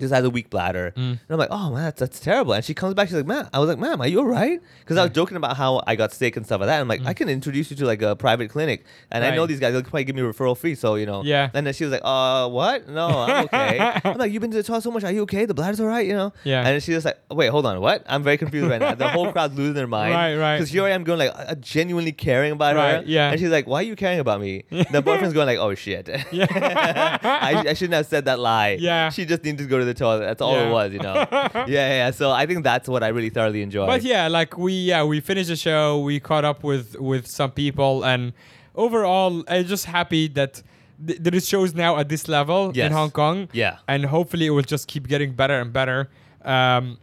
[SPEAKER 4] just has a weak bladder.
[SPEAKER 3] Mm.
[SPEAKER 4] And I'm like, oh man, that's, that's terrible. And she comes back, she's like, ma'am, I was like, ma'am, are you all right? Because I was joking about how I got sick and stuff like that. I'm like, I can introduce you to like a private clinic, and I know
[SPEAKER 3] Mm. Right.
[SPEAKER 4] these guys, they'll probably give me referral free. So you know,
[SPEAKER 3] Yeah.
[SPEAKER 4] And then she was like, uh, what? No,
[SPEAKER 3] *laughs*
[SPEAKER 4] I'm okay. I'm like, you've been to the toilet so much, are you okay? The bladder's all right, you know?
[SPEAKER 3] Yeah.
[SPEAKER 4] And then she's just like, wait, hold on, what? I'm very confused right now. The
[SPEAKER 3] *laughs*
[SPEAKER 4] whole crowd's losing their mind,
[SPEAKER 3] Right, right.
[SPEAKER 4] Because here I am going like, uh, genuinely caring about her,
[SPEAKER 3] Right, yeah.
[SPEAKER 4] And she's like, why are you caring
[SPEAKER 3] *laughs*
[SPEAKER 4] about me? The boyfriend's going like, oh shit. *laughs* I, I shouldn't have said that lie.
[SPEAKER 3] Yeah.
[SPEAKER 4] She just needed to go to the toilet. That's all
[SPEAKER 3] Yeah.
[SPEAKER 4] it was,
[SPEAKER 3] *laughs*
[SPEAKER 4] you know. yeah, yeah, yeah. So I think that's what I really thoroughly enjoyed.
[SPEAKER 3] But yeah, like we yeah we finished the show. We caught up with with some people, and overall, I'm just happy that th- there is shows now at this level
[SPEAKER 4] Yes.
[SPEAKER 3] in Hong Kong.
[SPEAKER 4] Yeah.
[SPEAKER 3] and hopefully it will just keep getting better and better. Um,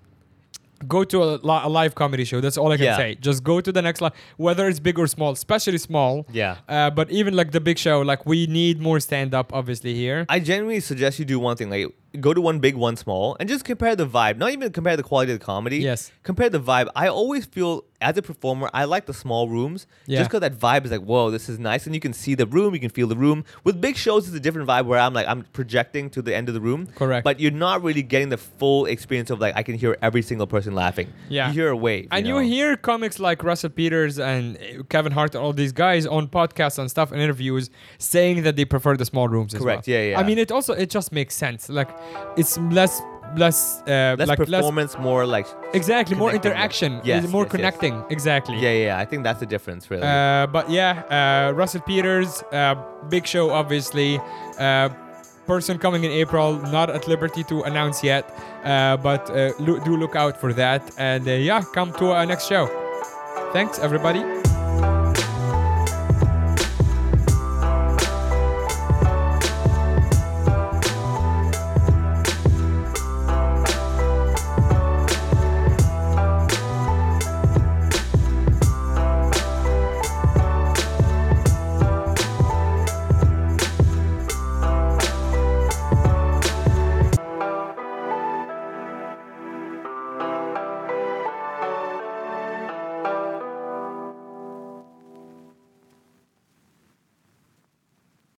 [SPEAKER 3] go to a, li- a live comedy show. That's all I can
[SPEAKER 4] Yeah.
[SPEAKER 3] say. Just go to the next live, whether it's big or small, especially small.
[SPEAKER 4] Yeah.
[SPEAKER 3] Uh, but even like the big show, like we need more stand up, obviously here.
[SPEAKER 4] I genuinely suggest you do one thing, like go to one big, one small, and just compare the vibe. Not even compare the quality of the comedy.
[SPEAKER 3] Yes.
[SPEAKER 4] Compare the vibe. I always feel as a performer, I like the small rooms.
[SPEAKER 3] Yeah.
[SPEAKER 4] Just because that vibe is like, whoa, this is nice, and you can see the room, you can feel the room. With big shows, it's a different vibe where I'm like, I'm projecting to the end of the room.
[SPEAKER 3] Correct.
[SPEAKER 4] But you're not really getting the full experience of like, I can hear every single person laughing.
[SPEAKER 3] Yeah.
[SPEAKER 4] You hear a wave.
[SPEAKER 3] and
[SPEAKER 4] you
[SPEAKER 3] you
[SPEAKER 4] know?
[SPEAKER 3] hear comics like Russell Peters and uh, Kevin Hart and all these guys on podcasts and stuff and interviews saying that they prefer the small rooms. as
[SPEAKER 4] Correct,
[SPEAKER 3] well.
[SPEAKER 4] yeah, yeah.
[SPEAKER 3] I mean, it also it just makes sense. Like, it's less less uh,
[SPEAKER 4] less
[SPEAKER 3] like less
[SPEAKER 4] performance, more like.
[SPEAKER 3] exactly more
[SPEAKER 4] connecting.
[SPEAKER 3] interaction,
[SPEAKER 4] Yes,
[SPEAKER 3] more
[SPEAKER 4] yes, yes.
[SPEAKER 3] connecting. Exactly.
[SPEAKER 4] Yeah, yeah, yeah. I think that's the difference, really.
[SPEAKER 3] Uh, but yeah, uh, Russell Peters, uh, big show, obviously. Uh, person coming in April, not at liberty to announce yet, uh, but uh, lo- do look out for that. And uh, yeah, come to our next show. Thanks, everybody.